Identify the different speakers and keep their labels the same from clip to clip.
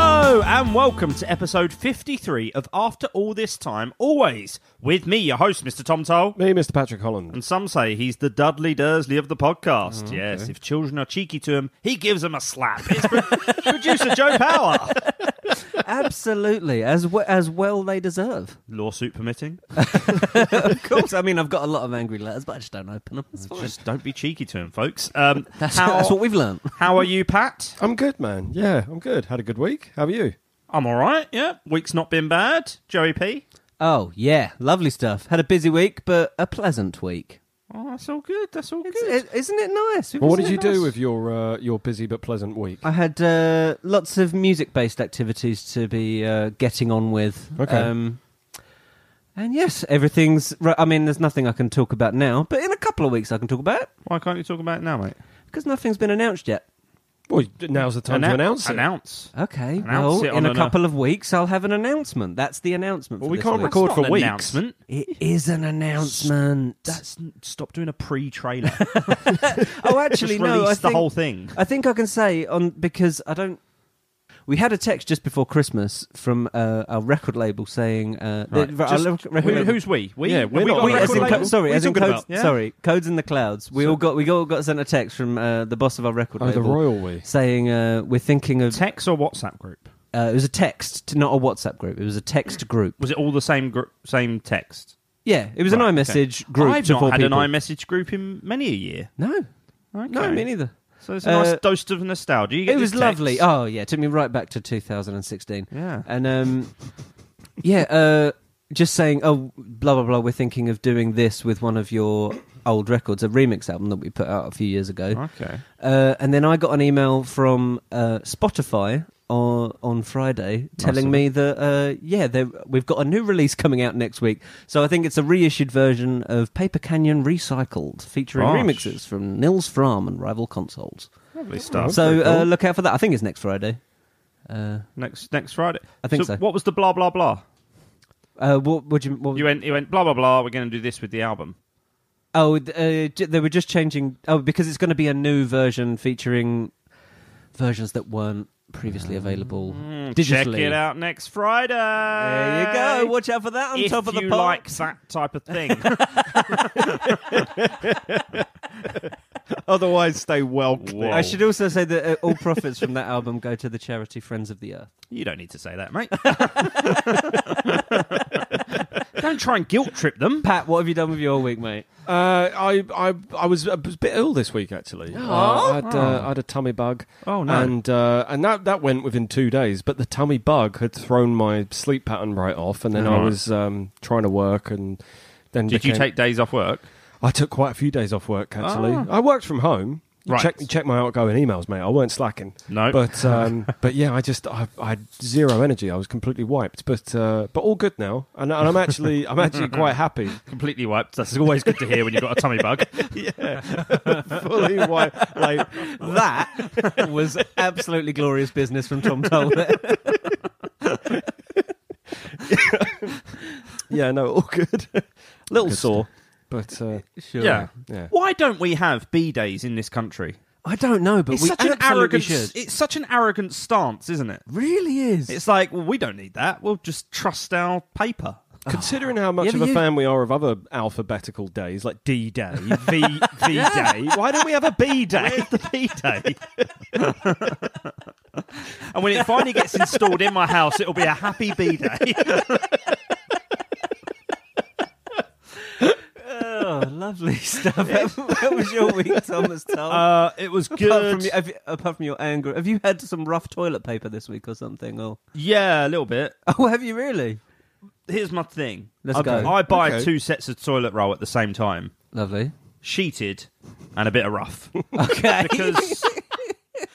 Speaker 1: and welcome to episode 53 of After All This Time, always with me, your host, Mr. Tom Toll.
Speaker 2: Me, Mr. Patrick Holland.
Speaker 1: And some say he's the Dudley Dursley of the podcast. Yes, if children are cheeky to him, he gives them a slap. It's pro- producer Joe Power.
Speaker 3: Absolutely, as w- as well they deserve.
Speaker 1: Lawsuit permitting.
Speaker 3: Of course, I mean I've got a lot of angry letters, but I just don't open them. It's fine.
Speaker 1: Just don't be cheeky to him, folks. Um,
Speaker 3: That's,
Speaker 1: how,
Speaker 3: that's what we've learned.
Speaker 1: how are you, Pat?
Speaker 2: I'm good, man. Yeah, I'm good. Had a good week. How are you?
Speaker 1: I'm all right, yeah. Week's not been bad. Joey P.
Speaker 3: Oh yeah, lovely stuff. Had a busy week, but a pleasant week.
Speaker 1: Oh, that's all good. That's all
Speaker 3: It's,
Speaker 1: good.
Speaker 3: it, isn't it nice?
Speaker 2: Well, what did
Speaker 3: Isn't
Speaker 2: you
Speaker 3: it
Speaker 2: do
Speaker 3: nice?
Speaker 2: with your uh, your busy but pleasant week?
Speaker 3: I had uh, lots of music-based activities to be uh, getting on with.
Speaker 2: Okay.
Speaker 3: Um, and yes, everything's. ri- I mean, there's nothing I can talk about now, but in a couple of weeks I can talk about it
Speaker 1: Why can't you talk about it now, mate?
Speaker 3: because nothing's been announced yet.
Speaker 2: Well, now's the time
Speaker 1: Annou-
Speaker 2: to announce it.
Speaker 1: Announce.
Speaker 3: Okay.
Speaker 1: Announce
Speaker 3: well,
Speaker 1: it on
Speaker 3: in a
Speaker 1: an- uh,
Speaker 3: couple of weeks, I'll have an announcement. That's the announcement.
Speaker 2: Well,
Speaker 3: for
Speaker 2: we
Speaker 3: this
Speaker 2: can't
Speaker 3: week.
Speaker 2: record
Speaker 1: That's
Speaker 2: for
Speaker 1: not an
Speaker 2: weeks.
Speaker 1: announcement.
Speaker 3: It is an announcement.
Speaker 1: That's stop doing a pre-trailer.
Speaker 3: oh, actually,
Speaker 1: Just
Speaker 3: no.
Speaker 1: release
Speaker 3: I
Speaker 1: the
Speaker 3: think,
Speaker 1: whole thing.
Speaker 3: I think I can say on because I don't. We had a text just before Christmas from uh, our record label saying uh,
Speaker 1: Right.
Speaker 3: that- our
Speaker 1: Just-
Speaker 3: lo- record
Speaker 1: Who,
Speaker 3: label-
Speaker 1: who's we? We?
Speaker 2: Yeah,
Speaker 1: have
Speaker 2: we're
Speaker 1: we
Speaker 2: not
Speaker 1: got a
Speaker 2: on
Speaker 3: we,
Speaker 2: record
Speaker 3: as in
Speaker 2: label?
Speaker 3: co- sorry,
Speaker 1: What are
Speaker 3: as
Speaker 1: you
Speaker 3: in
Speaker 1: talking
Speaker 3: codes,
Speaker 1: about? Yeah.
Speaker 3: sorry, codes in the clouds. We all got we all got sent a text from uh, the boss of our record
Speaker 2: Oh, the
Speaker 3: label
Speaker 2: royal we.
Speaker 3: saying uh, we're thinking of
Speaker 1: Text or WhatsApp group?
Speaker 3: uh, it was a text, not a WhatsApp group. It was a text group.
Speaker 1: Was it all the same gr- same text?
Speaker 3: Yeah, it was
Speaker 1: Right,
Speaker 3: an
Speaker 1: okay.
Speaker 3: iMessage group.
Speaker 1: I've
Speaker 3: to
Speaker 1: not
Speaker 3: four
Speaker 1: had
Speaker 3: people.
Speaker 1: an iMessage group in many a year.
Speaker 3: No,
Speaker 1: Okay.
Speaker 3: no, me neither.
Speaker 1: So it's a nice
Speaker 3: Uh,
Speaker 1: dose of nostalgia. You get
Speaker 3: It was
Speaker 1: these texts.
Speaker 3: lovely. Oh yeah, it took me right back to 2016.
Speaker 1: Yeah.
Speaker 3: and um, yeah, uh, just saying, oh, blah blah blah. We're thinking of doing this with one of your old records, a remix album that we put out a few years ago.
Speaker 1: Okay.
Speaker 3: Uh, and then I got an email from uh, Spotify on, on Friday telling
Speaker 1: of
Speaker 3: me that uh, yeah, they- we've got a new release coming out next week. So I think it's a reissued version of Paper Canyon Recycled, featuring
Speaker 1: Gosh.
Speaker 3: remixes from Nils Fram and Rival Consoles.
Speaker 1: Lovely stuff.
Speaker 3: so
Speaker 2: very cool.
Speaker 3: uh, look out for that. I think it's next Friday. Uh,
Speaker 1: next next Friday.
Speaker 3: I think so.
Speaker 1: What was the blah blah blah?
Speaker 3: uh, what would you? What,
Speaker 1: You went you went blah blah blah. We're going to do this with the album.
Speaker 3: oh, th- uh, j- they were just changing. Oh, because it's going to be a new version featuring versions that weren't previously available digitally.
Speaker 1: Mm, Check it out next Friday.
Speaker 3: There you go. Watch out for that on
Speaker 1: if
Speaker 3: top of the
Speaker 1: you
Speaker 3: pop.
Speaker 1: like that type of thing.
Speaker 2: Otherwise, stay well clear.
Speaker 1: Whoa.
Speaker 3: I should also say that uh, all profits from that album go to the charity Friends of the Earth.
Speaker 1: You don't need to say that, mate. don't try and guilt trip them.
Speaker 3: Pat, what have you done with your week, mate?
Speaker 2: Uh, I, I I was a bit ill this week actually. Uh, I, had, uh, I had a tummy bug.
Speaker 1: Oh, no.
Speaker 2: And uh, and that that went within two days. But the tummy bug had thrown my sleep pattern right off, and then I
Speaker 1: Right.
Speaker 2: was um, trying to work and. Then
Speaker 1: Did you
Speaker 2: became-
Speaker 1: take days off work?
Speaker 2: I took quite a few days off work actually.
Speaker 1: Ah.
Speaker 2: I worked from home. You
Speaker 1: Right.
Speaker 2: Check check my outgoing emails, mate. I weren't slacking.
Speaker 1: No.
Speaker 2: But um, but yeah, I just I, I had zero energy. I was completely wiped. But uh, but all good now, and, and I'm actually I'm actually quite happy.
Speaker 1: Completely wiped. That's always good to hear when you've got a tummy bug.
Speaker 2: Fully wiped. Like
Speaker 3: That was absolutely glorious business from Tom Tolbert.
Speaker 2: yeah, no, all good. Little
Speaker 3: Good
Speaker 2: sore, but uh,
Speaker 3: sure.
Speaker 1: Yeah.
Speaker 2: yeah.
Speaker 1: Why don't we have B days in this country?
Speaker 3: I don't know, but
Speaker 1: It's
Speaker 3: we
Speaker 1: such an
Speaker 3: absolutely
Speaker 1: arrogant.
Speaker 3: should.
Speaker 1: It's such an arrogant stance, isn't it?
Speaker 3: really is.
Speaker 1: It's like, well, we don't need that. We'll just trust our paper.
Speaker 2: Considering how much
Speaker 3: Yeah,
Speaker 2: of
Speaker 3: but
Speaker 2: a
Speaker 3: you-
Speaker 2: fan we are of other alphabetical days, like D Day, V V Day, why don't we have a B Day?
Speaker 1: Where's the B day? and when it finally gets installed in my house, it'll be a happy B day.
Speaker 3: oh, lovely stuff. What was your week, Thomas Tolbert?
Speaker 1: Uh, it was good.
Speaker 3: Apart from, your, have you, apart from your anger, have you had some rough toilet paper this week or something? Or
Speaker 1: yeah, a little bit.
Speaker 3: oh, have you really?
Speaker 1: here's my thing.
Speaker 3: Let's
Speaker 1: I,
Speaker 3: go.
Speaker 1: I buy
Speaker 2: Okay.
Speaker 1: two sets of toilet roll at the same time,
Speaker 3: Lovely.
Speaker 1: sheeted and a bit of rough,
Speaker 3: Okay.
Speaker 1: because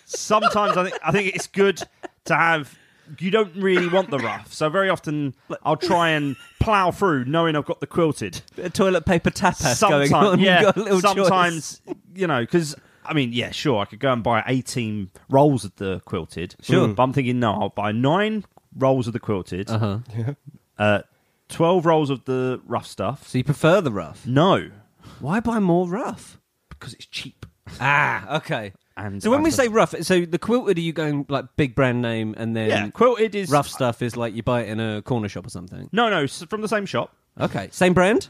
Speaker 1: sometimes I think I think it's good to have. You don't really want the rough, so very often I'll try and plow through, knowing I've got the quilted.
Speaker 3: a toilet paper tapas
Speaker 1: Sometimes,
Speaker 3: going on. You've
Speaker 1: yeah,
Speaker 3: got a little choice.
Speaker 1: sometimes you know because. I mean, yeah, sure, I could go and buy 18 rolls of the quilted.
Speaker 3: Sure.
Speaker 1: But I'm thinking, no, I'll buy nine rolls of the quilted, uh
Speaker 3: Uh-huh.
Speaker 1: 12 rolls of the rough stuff.
Speaker 3: So you prefer the rough?
Speaker 1: No,
Speaker 3: Why buy more rough?
Speaker 1: because it's cheap.
Speaker 3: Ah, okay.
Speaker 1: And
Speaker 3: So when we
Speaker 1: I've-
Speaker 3: say rough, so the quilted are you going like big brand name and then
Speaker 1: yeah, quilted is
Speaker 3: um, rough stuff is like you buy it in a corner shop or something.
Speaker 1: No, no, s- from the same shop.
Speaker 3: Okay, same brand.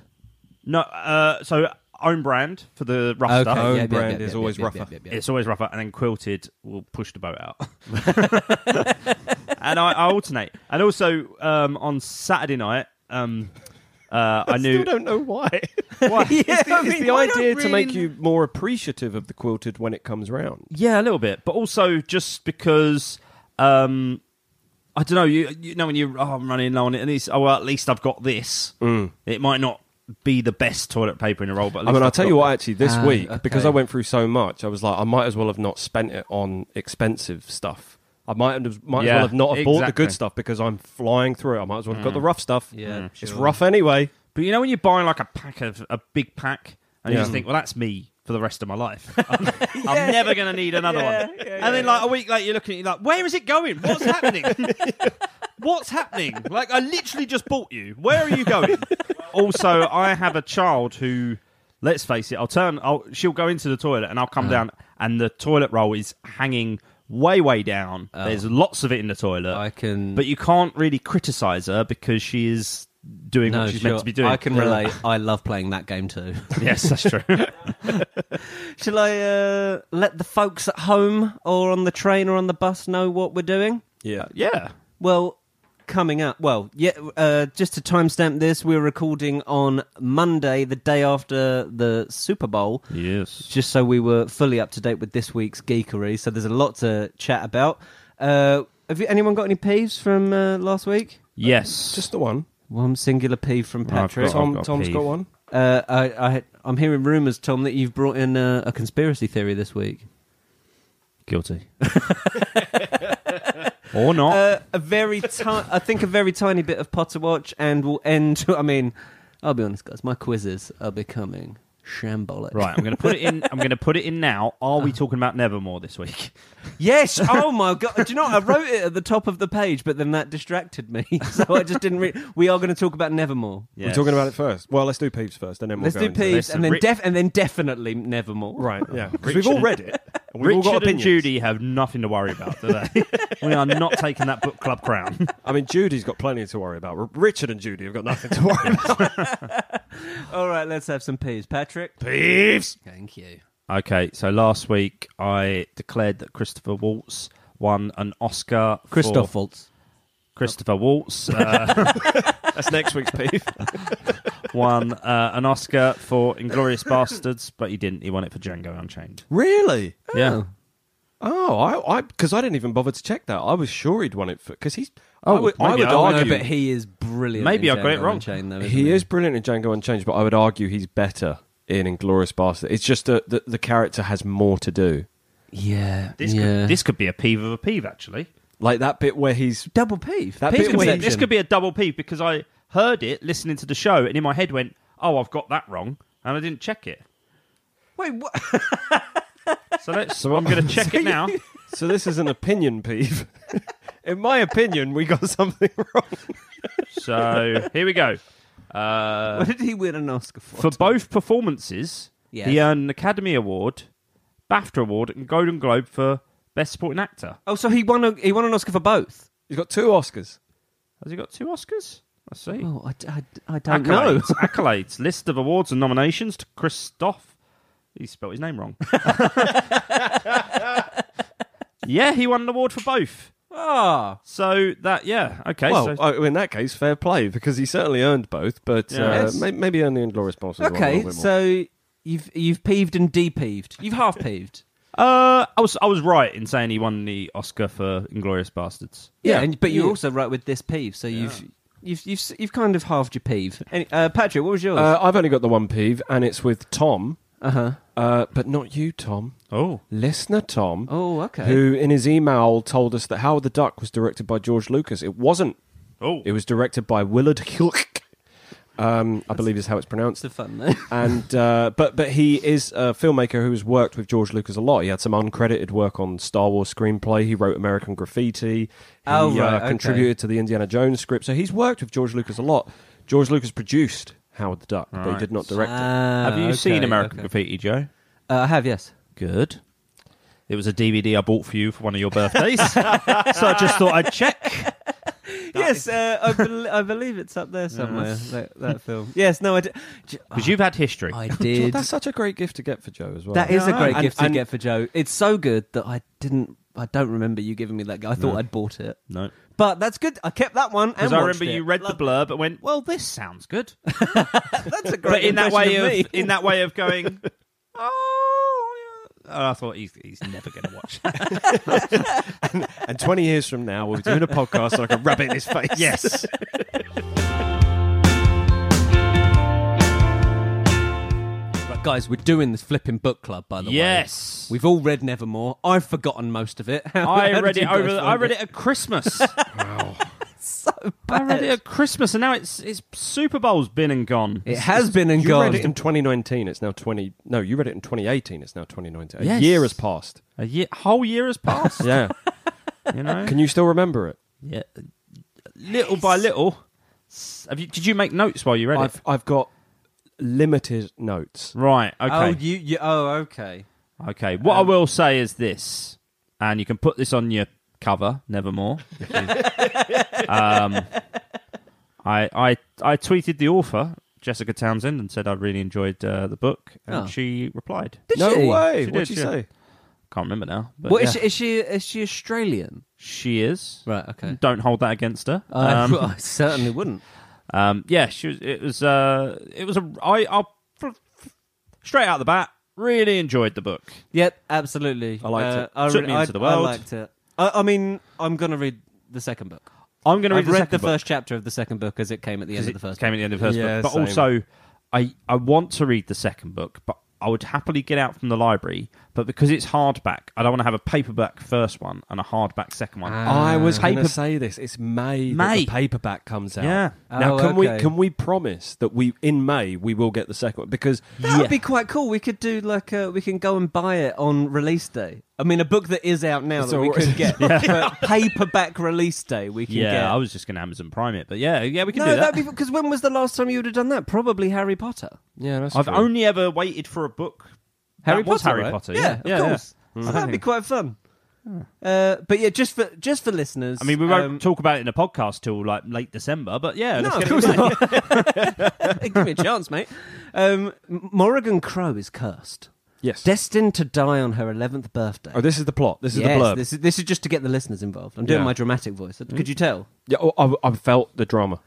Speaker 1: No, uh, so own brand for the rough
Speaker 3: Okay,
Speaker 1: stuff.
Speaker 2: Own brand is always rougher.
Speaker 1: It's always rougher, and then quilted will push the boat out. and I, I alternate. And also um, on Saturday night, um, uh, I knew.
Speaker 2: Still don't know why.
Speaker 1: Why?
Speaker 2: it's the,
Speaker 3: I
Speaker 2: it's
Speaker 3: mean,
Speaker 2: the
Speaker 3: why don't
Speaker 2: idea to make
Speaker 3: really-
Speaker 2: you more appreciative of the quilted when it comes round.
Speaker 1: Yeah, a little bit, but also just because um, I don't know. You, you know when you oh, I'm running low on it, and it's oh well, at least I've got this. It might not be the best toilet paper in the roll, but at
Speaker 2: Mm. I
Speaker 1: least
Speaker 2: mean, I'll
Speaker 1: I've
Speaker 2: tell
Speaker 1: got
Speaker 2: you what,
Speaker 1: it.
Speaker 2: actually, this
Speaker 3: Ah,
Speaker 2: week, because I
Speaker 3: okay.
Speaker 2: went through so much, I was like, I might as well have not spent it on expensive stuff. I might, have, might as
Speaker 1: Yeah,
Speaker 2: well have not have bought the
Speaker 1: exactly. Mm.
Speaker 2: good stuff because I'm flying through it. I might as well have got the rough stuff.
Speaker 3: Yeah,
Speaker 2: It's
Speaker 3: sure.
Speaker 2: rough anyway.
Speaker 1: But you know when you buy like a pack of a big pack, and you
Speaker 2: Yeah.
Speaker 1: just think, well, that's me for the rest of my life. I'm, I'm never going to need another
Speaker 3: Yeah,
Speaker 1: one.
Speaker 3: yeah,
Speaker 1: and then like a week later, you're looking at it like, where is it going? What's happening? What's happening? Like I literally just bought you. Where are you going? also, I have a child who. Let's face it. I'll turn. I'll, she'll go into the toilet, and I'll
Speaker 3: Uh-huh.
Speaker 1: come down, and the toilet roll is hanging way, way down. There's lots of it in the toilet.
Speaker 3: Oh. I can-
Speaker 1: but you can't really criticize her because she is doing
Speaker 3: No,
Speaker 1: what she's
Speaker 3: sure.
Speaker 1: meant to be doing.
Speaker 3: I can relate. I love playing that game too.
Speaker 1: Yes, that's true.
Speaker 3: Shall I uh, let the folks at home or on the train or on the bus know what we're doing?
Speaker 2: Uh, Yeah.
Speaker 1: yeah.
Speaker 3: Well, coming up. Well, yeah. Uh, just to timestamp this, we're recording on Monday, the day after the Super Bowl.
Speaker 1: Yes.
Speaker 3: Just so we were fully up to date with this week's geekery. So there's a lot to chat about. Uh, have you, anyone got any peeves from uh, last week?
Speaker 1: Yes.
Speaker 2: Just the one.
Speaker 3: One singular peeve from Patrick.
Speaker 1: I've got-
Speaker 2: Tom,
Speaker 1: a
Speaker 2: Tom's
Speaker 1: peeve.
Speaker 2: got one.
Speaker 3: Uh, I, I, I'm hearing rumours, Tom, that you've brought in uh, a, a conspiracy theory this week.
Speaker 1: guilty. or not.
Speaker 3: Uh, a very, ti- I think, a very tiny bit of Potter Watch, and we'll end. I mean, I'll be honest, guys, my quizzes are becoming shambolic.
Speaker 1: right, I'm going to put it in I'm going to put it in now. Are we talking about Nevermore this week?
Speaker 3: Yes. Oh my god. Do you know what? I wrote it at the top of the page, but then that distracted me, so I just didn't. read we are going to talk about Nevermore.
Speaker 2: We're talking about it first. Well, let's do Peeps first, and then we'll
Speaker 3: Let's
Speaker 2: go
Speaker 3: do
Speaker 2: into-
Speaker 3: Peeves,
Speaker 1: Listen,
Speaker 3: and then
Speaker 1: Rick-
Speaker 3: def- and then definitely Nevermore.
Speaker 2: Right, yeah. Because we've all read it. and we've all
Speaker 1: Richard
Speaker 2: got
Speaker 1: and
Speaker 2: opinions.
Speaker 1: Judy have nothing to worry about, do they? we are not taking that book club crown.
Speaker 2: I mean, Judy's got plenty to worry about. R- Richard and Judy have got nothing to worry about.
Speaker 3: All right. Let's have some Peeves, Patrick.
Speaker 1: Peeves.
Speaker 3: Thank you.
Speaker 1: Okay, so last week I declared that Christopher Waltz won an Oscar for-
Speaker 3: Christoph Waltz.
Speaker 1: Christopher Waltz uh,
Speaker 2: That's next week's peeve.
Speaker 1: won uh, an Oscar for Inglorious Bastards, but he didn't. He won it for Django Unchained.
Speaker 2: Really?
Speaker 1: Yeah.
Speaker 2: Oh, I, I, because I didn't even bother to check that. I was sure he'd won it for because he's. I
Speaker 1: Oh,
Speaker 2: would, I
Speaker 1: maybe
Speaker 2: would
Speaker 1: I would know,
Speaker 2: argue
Speaker 3: but he is brilliant.
Speaker 1: Maybe
Speaker 3: in
Speaker 1: I got it
Speaker 3: Django
Speaker 1: wrong.
Speaker 3: Unchained, though, isn't
Speaker 2: he is brilliant in Django Unchanged, but I would argue he's better in Inglorious Bastard. It's just that the, the character has more to do.
Speaker 3: Yeah.
Speaker 1: This,
Speaker 3: yeah.
Speaker 1: could, this could be a peeve of a peeve, actually.
Speaker 2: Like that bit where he's.
Speaker 3: double peeve.
Speaker 2: That
Speaker 3: peeve
Speaker 2: bit
Speaker 1: This,
Speaker 2: where-
Speaker 3: conception.
Speaker 2: Conception.
Speaker 1: could be a double peeve because I heard it listening to the show and in my head went, oh, I've got that wrong. And I didn't check it.
Speaker 3: Wait. What?
Speaker 1: So let's, I'm going to check it now.
Speaker 2: So this is an opinion peeve. in my opinion, we got something wrong.
Speaker 1: So here we go.
Speaker 3: what
Speaker 1: Uh,
Speaker 3: did he win an Oscar
Speaker 1: for
Speaker 3: for?
Speaker 1: both performances,
Speaker 3: Yes.
Speaker 1: he earned an Academy Award, BAFTA Award, and Golden Globe for Best Supporting Actor.
Speaker 3: Oh, so he won. A, he won an Oscar for both.
Speaker 2: He's got two Oscars.
Speaker 1: Has he got two Oscars? I see.
Speaker 3: Oh, I, d- I d- I don't know.
Speaker 1: accolades, accolades, list of awards and nominations to Christoph. He spelled his name wrong. yeah, he won an award for both.
Speaker 3: Ah,
Speaker 1: So that, yeah, okay.
Speaker 2: well,
Speaker 3: uh,
Speaker 1: so,
Speaker 2: oh, in that case, fair play because he certainly earned both, but
Speaker 1: Yes.
Speaker 2: uh, may- maybe earned the Inglorious Bastards. one a
Speaker 3: okay.
Speaker 2: little bit more.
Speaker 3: So you've you've peeved and de-peeved. You've half peeved.
Speaker 1: uh, I was I was right in saying he won the Oscar for Inglorious Bastards.
Speaker 2: Yeah.
Speaker 3: and, but you're
Speaker 2: Yeah.
Speaker 3: also right with this peeve. So you've you've you've s- you've kind of halved your peeve. Any, uh, Patrick, what was yours? Uh-huh.
Speaker 2: Uh, I've only got the one peeve, and it's with Tom,
Speaker 3: huh.
Speaker 2: uh, but not you, Tom.
Speaker 1: Oh,
Speaker 2: Listener Tom,
Speaker 3: Oh, okay.
Speaker 2: who in his email told us that Howard the Duck was directed by George Lucas. It wasn't.
Speaker 1: oh,
Speaker 2: It was directed by Willard Hulk. Um, I believe is how it's
Speaker 3: It's
Speaker 2: pronounced.
Speaker 3: the fun though.
Speaker 2: And uh, but but he is a filmmaker who has worked with George Lucas a lot. He had some uncredited work on Star Wars screenplay. He wrote American Graffiti. He
Speaker 3: Oh, right,
Speaker 2: uh,
Speaker 3: okay.
Speaker 2: contributed to the Indiana Jones script. So he's worked with George Lucas a lot. George Lucas produced Howard the Duck, but he
Speaker 1: Right.
Speaker 2: did not direct it.
Speaker 1: have you seen American
Speaker 3: Ah, uh, Okay.
Speaker 1: Graffiti, Joe?
Speaker 3: Uh, I have yes.
Speaker 1: Good. It was a DVD I bought for you for one of your birthdays, so I just thought I'd check.
Speaker 3: yes, uh, I, bel I believe it's up there somewhere. that, that film. Yes, no, I did.
Speaker 1: Because you've had history.
Speaker 3: I
Speaker 2: God,
Speaker 3: did.
Speaker 2: that's such a great gift to get for Joe as well.
Speaker 3: That is a great
Speaker 2: And-
Speaker 3: gift to
Speaker 2: and-
Speaker 3: get for Joe. It's so good that I didn't. I don't remember you giving me that. I thought I'd bought it,
Speaker 1: no,
Speaker 3: but that's good. I kept that one.
Speaker 1: because
Speaker 3: and
Speaker 1: I
Speaker 3: watched
Speaker 1: remember
Speaker 3: it.
Speaker 1: you read the blurb and went, "Well, this sounds good,"
Speaker 3: That's a great.
Speaker 1: but in that way
Speaker 3: impression
Speaker 1: of,
Speaker 3: me.
Speaker 1: in that way of going, "Oh." yeah." And I thought he's, he's never going to watch. That.
Speaker 2: And 20 years from now, we'll be doing a podcast so I can rub it in his face.
Speaker 1: yes.
Speaker 3: Right, guys, we're doing this flipping book club, by the way.
Speaker 1: Yes.
Speaker 3: we've all read Nevermore. I've forgotten most of it. How- how
Speaker 1: I
Speaker 3: did
Speaker 1: read
Speaker 3: you
Speaker 1: it
Speaker 3: guys
Speaker 1: over. I
Speaker 3: find
Speaker 1: read it at Christmas. I read it at Christmas, and now it's it's Super Bowl's been and gone.
Speaker 3: It has been and
Speaker 2: You
Speaker 3: gone.
Speaker 2: read it in 2019. It's now 20. No, you read it in 2018. It's now 2019. A
Speaker 1: Yes.
Speaker 2: year has passed.
Speaker 1: A year, whole year has passed.
Speaker 2: Yeah.
Speaker 1: You know,
Speaker 2: Can you still remember it?
Speaker 1: yeah. Little by little. S- Have you, did you make notes while you read it?
Speaker 2: I've, I've got limited notes.
Speaker 1: Right.
Speaker 3: Oh,
Speaker 1: Okay.
Speaker 3: you, you. Oh, okay.
Speaker 1: okay. What
Speaker 3: Um,
Speaker 1: I will say is this, and you can put this on your cover. Nevermore. if you- um, I I I tweeted the author Jessica Townsend and said I really enjoyed uh, the book, and
Speaker 3: Oh.
Speaker 1: she replied.
Speaker 3: Did
Speaker 2: no
Speaker 3: she?
Speaker 2: way.
Speaker 1: She
Speaker 2: What'd
Speaker 1: did,
Speaker 2: you
Speaker 1: yeah.
Speaker 2: say?
Speaker 1: Can't remember now. But
Speaker 3: What
Speaker 1: yeah.
Speaker 3: is she, is she? Is she Australian?
Speaker 1: She is.
Speaker 3: Right. Uh, Okay.
Speaker 1: Don't hold that against her.
Speaker 3: I-
Speaker 1: Um,
Speaker 3: I certainly wouldn't.
Speaker 1: um, yeah, she was. It was. Uh, it was a. I. I'll, f- f- straight out the bat, really enjoyed the book.
Speaker 3: Yep, absolutely. Uh,
Speaker 2: I liked it.
Speaker 3: I,
Speaker 1: Took
Speaker 3: re-
Speaker 1: me
Speaker 3: I-
Speaker 1: into the world.
Speaker 3: I liked it. I, I mean, I'm going to read the second book.
Speaker 1: I'm going to read
Speaker 3: I've
Speaker 1: the
Speaker 3: read
Speaker 1: second
Speaker 3: the
Speaker 1: book,
Speaker 3: first chapter of the second book as it came at the
Speaker 1: 'cause
Speaker 3: end
Speaker 1: it
Speaker 3: of the first.
Speaker 1: came at the end of the first
Speaker 2: Yeah,
Speaker 1: book. But
Speaker 2: same.
Speaker 1: also, I I want to read the second book, but I would happily get out from the library. But because it's hardback, I don't want to have a paperback first one and a hardback second one.
Speaker 3: Ah,
Speaker 2: I was going
Speaker 1: Paper-
Speaker 2: to say this. It's May,
Speaker 1: May.
Speaker 2: That the paperback comes out.
Speaker 1: Yeah.
Speaker 2: Now,
Speaker 3: Oh,
Speaker 2: can we
Speaker 3: okay.
Speaker 2: can we promise that we in May we will get the second one because
Speaker 3: That would be quite cool. We could do like uh, we can go and buy it on release day. I mean, a book that is out now
Speaker 2: It's
Speaker 3: that we
Speaker 2: all-
Speaker 3: could get but paperback release day. We can
Speaker 1: yeah,
Speaker 3: get.
Speaker 1: I was just going to Amazon Prime it, but yeah, yeah, we can
Speaker 3: no,
Speaker 1: do that.
Speaker 3: that'd be because when was the last time you would have done that? Probably Harry Potter.
Speaker 2: yeah, that's
Speaker 1: I've
Speaker 2: true.
Speaker 1: only ever waited for a book.
Speaker 3: Harry
Speaker 1: that was
Speaker 3: Potter,
Speaker 1: Harry
Speaker 3: right?
Speaker 1: Potter.
Speaker 3: Yeah,
Speaker 1: yeah, Mm.
Speaker 3: of
Speaker 1: yeah.
Speaker 3: course. So that'd be quite fun. Uh, but yeah, just for just for listeners.
Speaker 1: I mean, we won't
Speaker 3: um,
Speaker 1: talk about it in a podcast till like late December, but yeah,
Speaker 3: No,
Speaker 1: let's
Speaker 3: of
Speaker 1: get
Speaker 3: course
Speaker 1: it.
Speaker 3: not. Give me a chance, mate. Um, M- Morrigan Crow is cursed,
Speaker 2: yes.
Speaker 3: destined to die on her eleventh birthday.
Speaker 2: oh, this is the plot. This is
Speaker 3: yes,
Speaker 2: the blurb.
Speaker 3: This is, this is just to get the listeners involved. I'm doing
Speaker 2: Yeah. Mm-hmm.
Speaker 3: my dramatic voice. Could you tell?
Speaker 2: Yeah, oh, I, I felt the drama.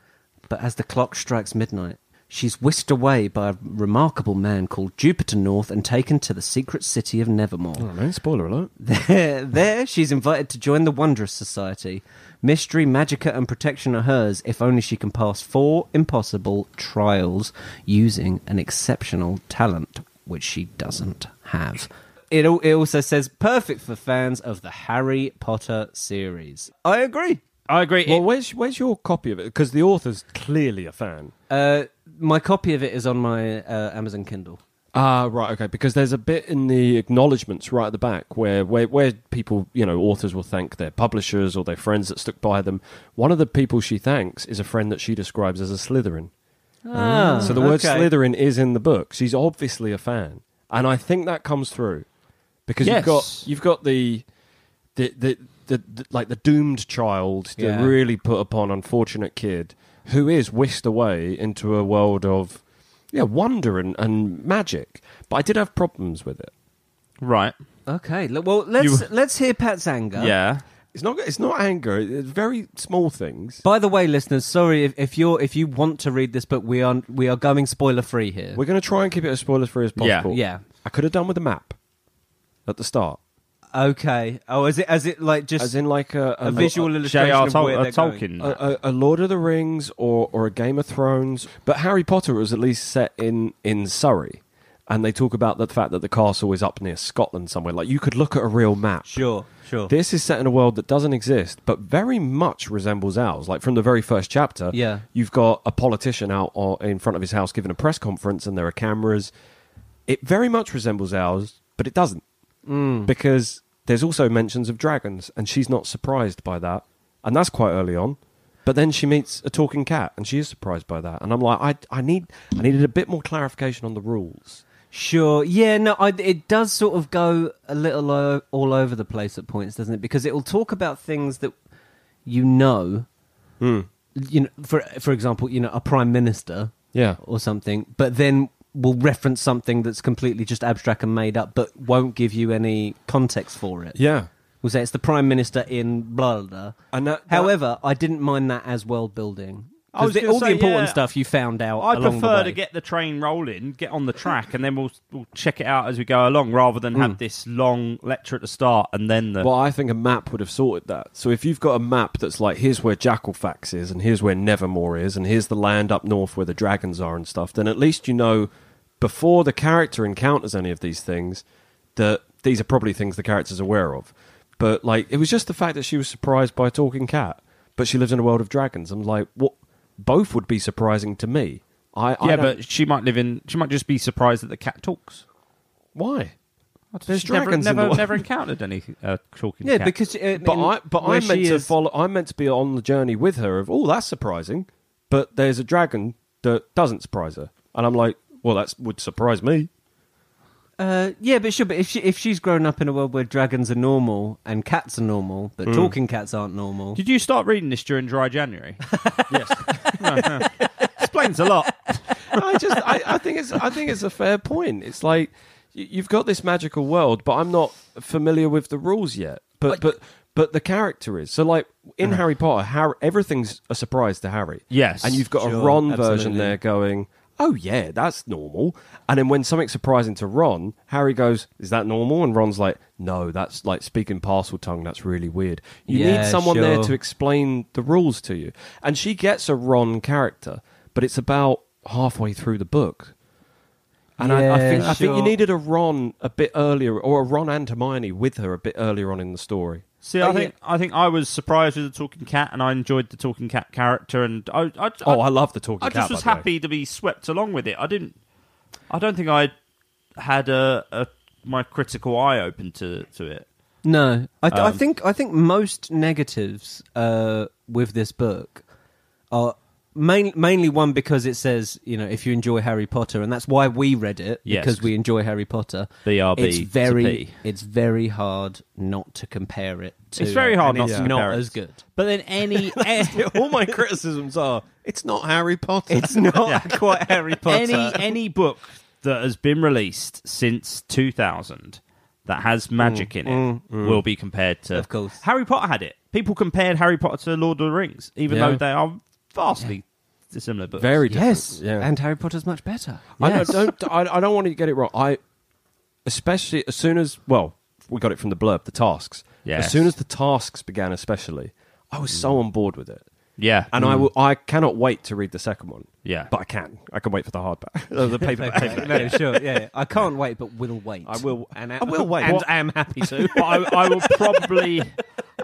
Speaker 3: But as the clock strikes midnight, she's whisked away by a remarkable man called Jupiter North and taken to the secret city of Nevermore.
Speaker 2: man, spoiler alert.
Speaker 3: There, there, she's invited to join the Wondrous Society. Mystery, magica, and protection are hers if only she can pass four impossible trials using an exceptional talent, which she doesn't have. It, al- it also says perfect for fans of the Harry Potter series. I agree.
Speaker 1: I agree.
Speaker 2: Well,
Speaker 1: It-
Speaker 2: where's where's your copy of it? Because the author's clearly a fan.
Speaker 3: Uh, my copy of it is on my uh, Amazon Kindle.
Speaker 2: Ah, right, okay. Because there's a bit in the acknowledgements right at the back where, where where people, you know, authors will thank their publishers or their friends that stuck by them. One of the people she thanks is a friend that she describes as a Slytherin.
Speaker 3: Ah,
Speaker 2: so the word
Speaker 3: okay.
Speaker 2: Slytherin is in the book. She's obviously a fan, and I think that comes through because
Speaker 1: Yes.
Speaker 2: you've got you've got the the the, the, the like the doomed child,
Speaker 3: Yeah.
Speaker 2: the really put upon unfortunate kid who is whisked away into a world of yeah wonder and, and magic. But I did have problems with it.
Speaker 1: right.
Speaker 3: Okay, l- well let's let's hear Pat's anger.
Speaker 1: Yeah.
Speaker 2: It's not it's not anger. It's very small things.
Speaker 3: By the way, listeners, sorry if, if you're if you want to read this book, we are we are going spoiler free here.
Speaker 2: We're going to try and keep it as spoiler free as
Speaker 1: Yeah.
Speaker 2: possible.
Speaker 3: Yeah.
Speaker 2: I could have done with a map at the start,
Speaker 3: okay. Oh, is it as it like just
Speaker 2: as in like a,
Speaker 3: a visual illustration
Speaker 1: J.R.
Speaker 3: of
Speaker 1: Tol-
Speaker 3: where
Speaker 1: uh,
Speaker 3: they're going?
Speaker 1: Tolkien.
Speaker 2: a, a, a Lord of the Rings or, or a Game of Thrones, but Harry Potter was at least set in in Surrey, and they talk about the fact that the castle is up near Scotland somewhere. Like you could look at a real map.
Speaker 3: Sure, sure.
Speaker 2: This is set in a world that doesn't exist, but very much resembles ours. Like from the very first chapter,
Speaker 3: Yeah.
Speaker 2: you've got a politician out o- in front of his house giving a press conference, and there are cameras. It very much resembles ours, but it doesn't
Speaker 3: Mm.
Speaker 2: because there's also mentions of dragons, and she's not surprised by that, and that's quite early on. But then she meets a talking cat, and she is surprised by that. And I'm like, I, I need, I needed a bit more clarification on the rules.
Speaker 3: Sure. Yeah. No. I, it does sort of go a little o- all over the place at points, doesn't it? Because it will talk about things that you know.
Speaker 2: Hmm.
Speaker 3: You know, for for example, you know, a prime minister
Speaker 2: Yeah.
Speaker 3: or something, but then will reference something that's completely just abstract and made up, but won't give you any context for it.
Speaker 2: Yeah.
Speaker 3: We'll say it's the prime minister in blah blah. blah.
Speaker 2: And that, that-
Speaker 3: However, I didn't mind that as world building.
Speaker 1: I was
Speaker 3: 'Cause the-
Speaker 1: gonna
Speaker 3: all the
Speaker 1: say,
Speaker 3: important
Speaker 1: yeah,
Speaker 3: stuff you found out.
Speaker 1: I
Speaker 3: along the
Speaker 1: prefer to
Speaker 3: way.
Speaker 1: get the train rolling, get on the track, and then we'll we'll check it out as we go along, rather than have this long lecture at the start and then the.
Speaker 2: Hmm. well, I think a map would have sorted that. So if you've got a map that's like, here's where Jackalfax is, and here's where Nevermore is, and here's the land up north where the dragons are and stuff, then at least you know before the character encounters any of these things that these are probably things the character's aware of. But like, it was just the fact that she was surprised by a talking cat, but she lives in a world of dragons. I'm like, what? Both would be surprising to me. I, I
Speaker 1: yeah,
Speaker 2: don't-
Speaker 1: but she might live in. She might just be surprised that the cat talks.
Speaker 2: why?
Speaker 1: She's never,
Speaker 2: in the
Speaker 1: never,
Speaker 2: world.
Speaker 1: never encountered any uh, talking
Speaker 3: yeah,
Speaker 1: cat.
Speaker 3: because uh,
Speaker 2: But
Speaker 3: in-
Speaker 2: I but
Speaker 3: where
Speaker 2: I'm meant
Speaker 3: she
Speaker 2: to
Speaker 3: is-
Speaker 2: follow. I'm meant to be on the journey with her. Of oh, that's surprising. But there's a dragon that doesn't surprise her, and I'm like, well, that would surprise me.
Speaker 3: Uh, yeah, but sure. But if she if she's grown up in a world where dragons are normal and cats are normal,
Speaker 1: Hmm.
Speaker 3: but talking cats aren't normal.
Speaker 1: Did you start reading this during dry January? yes. Explains a lot.
Speaker 2: I just I, I think it's I think it's a fair point. It's like y- you've got this magical world, but I'm not familiar with the rules yet. But but but the character is so like in Harry Potter, Harry, everything's a surprise to Harry.
Speaker 1: Yes.
Speaker 2: and you've got a
Speaker 3: Sure,
Speaker 2: Ron version
Speaker 3: absolutely.
Speaker 2: there going. Oh yeah, that's normal. And then when something's surprising to Ron, Harry goes, "Is that normal?" And Ron's like, "No, that's like speaking parcel tongue. That's really weird. You
Speaker 3: Yeah,
Speaker 2: need someone there
Speaker 3: sure.
Speaker 2: to explain the rules to you. And she gets a Ron character, but it's about halfway through the book. And I, I
Speaker 3: Yeah,
Speaker 2: think I think you
Speaker 3: sure.
Speaker 2: needed a Ron a bit earlier, or a Ron and Hermione with her a bit earlier on in the story.
Speaker 1: See,
Speaker 3: Oh,
Speaker 1: I think I think I was surprised with the talking cat, and I enjoyed the talking cat character, and I I,
Speaker 2: Oh, I love the talking
Speaker 1: I
Speaker 2: cat.
Speaker 1: just was
Speaker 2: by the way.
Speaker 1: happy to be swept along with it. I didn't. I don't think I had a, a my critical eye open to to it.
Speaker 3: No, I, th- I
Speaker 1: Um,
Speaker 3: think I think most negatives uh, with this book are main, mainly one because it says you know if you enjoy Harry Potter, and that's why we read it
Speaker 1: Yes.
Speaker 3: because we enjoy Harry Potter.
Speaker 1: BRB
Speaker 3: It's
Speaker 1: to P.
Speaker 3: very it's very hard not to compare it. to
Speaker 1: It's very
Speaker 3: it,
Speaker 1: hard
Speaker 3: and
Speaker 1: not
Speaker 3: it's
Speaker 1: to compare
Speaker 3: not
Speaker 1: it.
Speaker 3: as good.
Speaker 1: But then any
Speaker 2: All my criticisms are it's not Harry Potter.
Speaker 3: It's not quite Harry Potter.
Speaker 1: any any book that has been released since 2000 that has magic in it will be compared to
Speaker 3: Of course.
Speaker 1: Harry Potter had it. People compared Harry Potter to Lord of the Rings, even
Speaker 2: Yeah.
Speaker 1: though they are vastly similar books.
Speaker 2: very different.
Speaker 3: yes,
Speaker 2: Yeah.
Speaker 3: and Harry Potter's much better.
Speaker 2: I
Speaker 3: Yes.
Speaker 2: don't, don't- I, I don't want to get it wrong. I especially as soon as well, we got it from the blurb, the tasks.
Speaker 1: Yes.
Speaker 2: As soon as the tasks began, especially, I was so on board with it,
Speaker 1: yeah,
Speaker 2: and I will, I cannot wait to read the second one.
Speaker 1: Mm. Yeah.
Speaker 2: but I can. I can wait for the hardback, the, the paperback.
Speaker 3: Okay, no, sure, yeah, yeah. I can't wait, but will wait.
Speaker 2: I will-
Speaker 3: and
Speaker 2: I will wait.
Speaker 3: and
Speaker 2: What-
Speaker 3: I am happy to.
Speaker 1: but I, I will probably,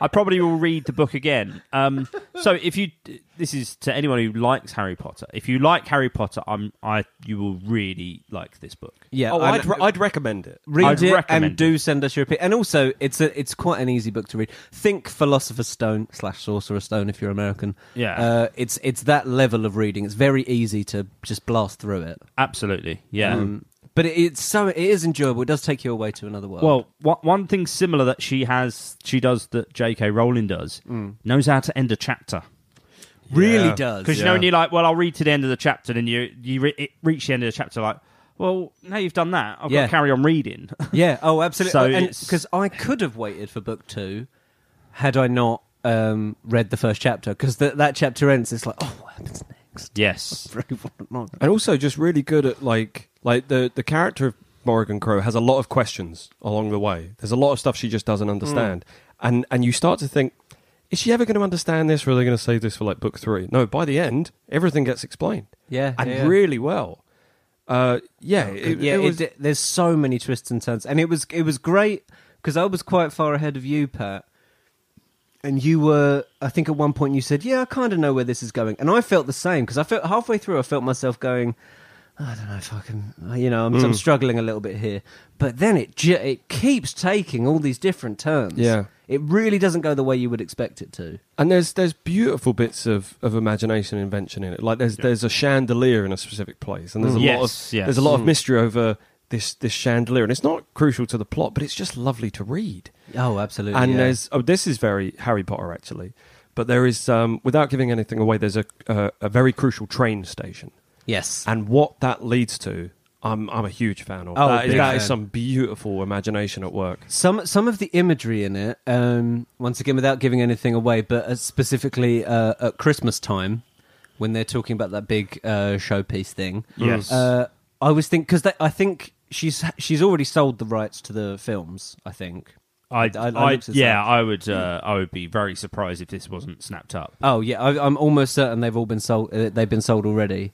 Speaker 1: I probably will read the book again. Um, so if you, this is to anyone who likes Harry Potter. If you like Harry Potter, I'm, I, you will really like this book.
Speaker 3: Yeah,
Speaker 2: oh,
Speaker 3: I'm-
Speaker 2: I'd, re- I'd recommend it.
Speaker 3: read
Speaker 1: I'd
Speaker 3: it
Speaker 1: recommend
Speaker 3: and do send us your opinion. And also, it's a, it's quite an easy book to read. Think Philosopher's Stone slash Sorcerer's Stone if you're American.
Speaker 1: Yeah.
Speaker 3: uh, it's it's that level of reading. It's very easy to just blast through it.
Speaker 1: Absolutely, yeah.
Speaker 3: Um, but it, it's so it is enjoyable. It does take you away to another world.
Speaker 1: Well, one one thing similar that she has, she does that J.K. Rowling does, knows how to end a chapter.
Speaker 3: really
Speaker 2: yeah.
Speaker 3: Mm. does
Speaker 1: Because you know, when you're like, well, I'll read to the end of the chapter, and you you re- it reach the end of the chapter, like, well, now you've done that, I've
Speaker 3: Yeah.
Speaker 1: got to carry on reading.
Speaker 3: Yeah. Oh, absolutely.
Speaker 1: So it's-
Speaker 3: because I could have waited for book two, had I not um, read the first chapter. Because that chapter ends. It's like, oh, what happens next?
Speaker 1: yes,
Speaker 3: Very well,
Speaker 2: and also just really good at like like the the character of Morgan Crow has a lot of questions along the way. There's a lot of stuff she just doesn't understand,
Speaker 3: Hmm.
Speaker 2: and and you start to think, is she ever going to understand this, or are they going to save this for like book three? No, by the end, everything gets explained.
Speaker 3: Yeah,
Speaker 2: and
Speaker 3: yeah. Oh,
Speaker 2: really well. Uh, yeah, it,
Speaker 3: yeah,
Speaker 2: it was-
Speaker 3: it- there's so many twists and turns, and it was it was great because I was quite far ahead of you, Pat, and you were. I think at one point you said, "Yeah, I kind of know where this is going," and I felt the same because I felt halfway through, I felt myself going, "I don't know if I can," you know, I'm,
Speaker 2: Hmm.
Speaker 3: I'm struggling a little bit here. But then it ju- it keeps taking all these different turns.
Speaker 2: Yeah.
Speaker 3: it really doesn't go the way you would expect it to.
Speaker 2: And there's there's beautiful bits of, of imagination and invention in it. Like there's there's a chandelier in a specific place, and there's a lot
Speaker 1: Yes,
Speaker 2: of
Speaker 1: yes.
Speaker 3: Hmm.
Speaker 2: there's a lot of mystery over this this chandelier, and it's not crucial to the plot, but it's just lovely to read.
Speaker 3: Oh, absolutely.
Speaker 2: And
Speaker 3: yeah.
Speaker 2: there's oh, this is very Harry Potter actually, but there is um, without giving anything away, there's a uh, a very crucial train station,
Speaker 3: yes.
Speaker 2: and what that leads to, I'm I'm a huge fan of.
Speaker 3: Oh,
Speaker 2: that, is,
Speaker 3: big
Speaker 2: that is
Speaker 3: fan.
Speaker 2: some beautiful imagination at work.
Speaker 3: Some some of the imagery in it, um, once again, without giving anything away, but uh, specifically uh, at Christmas time, when they're talking about that big uh, showpiece thing,
Speaker 1: Yes.
Speaker 3: uh, I was think because I think she's she's already sold the rights to the films. I think.
Speaker 1: I,
Speaker 3: I- I
Speaker 1: I-
Speaker 3: looked this
Speaker 1: yeah,
Speaker 3: up.
Speaker 1: I would, uh, I would be very surprised if this wasn't snapped up.
Speaker 3: Oh yeah, I, I'm almost certain they've all been sold. Uh, they've been sold already,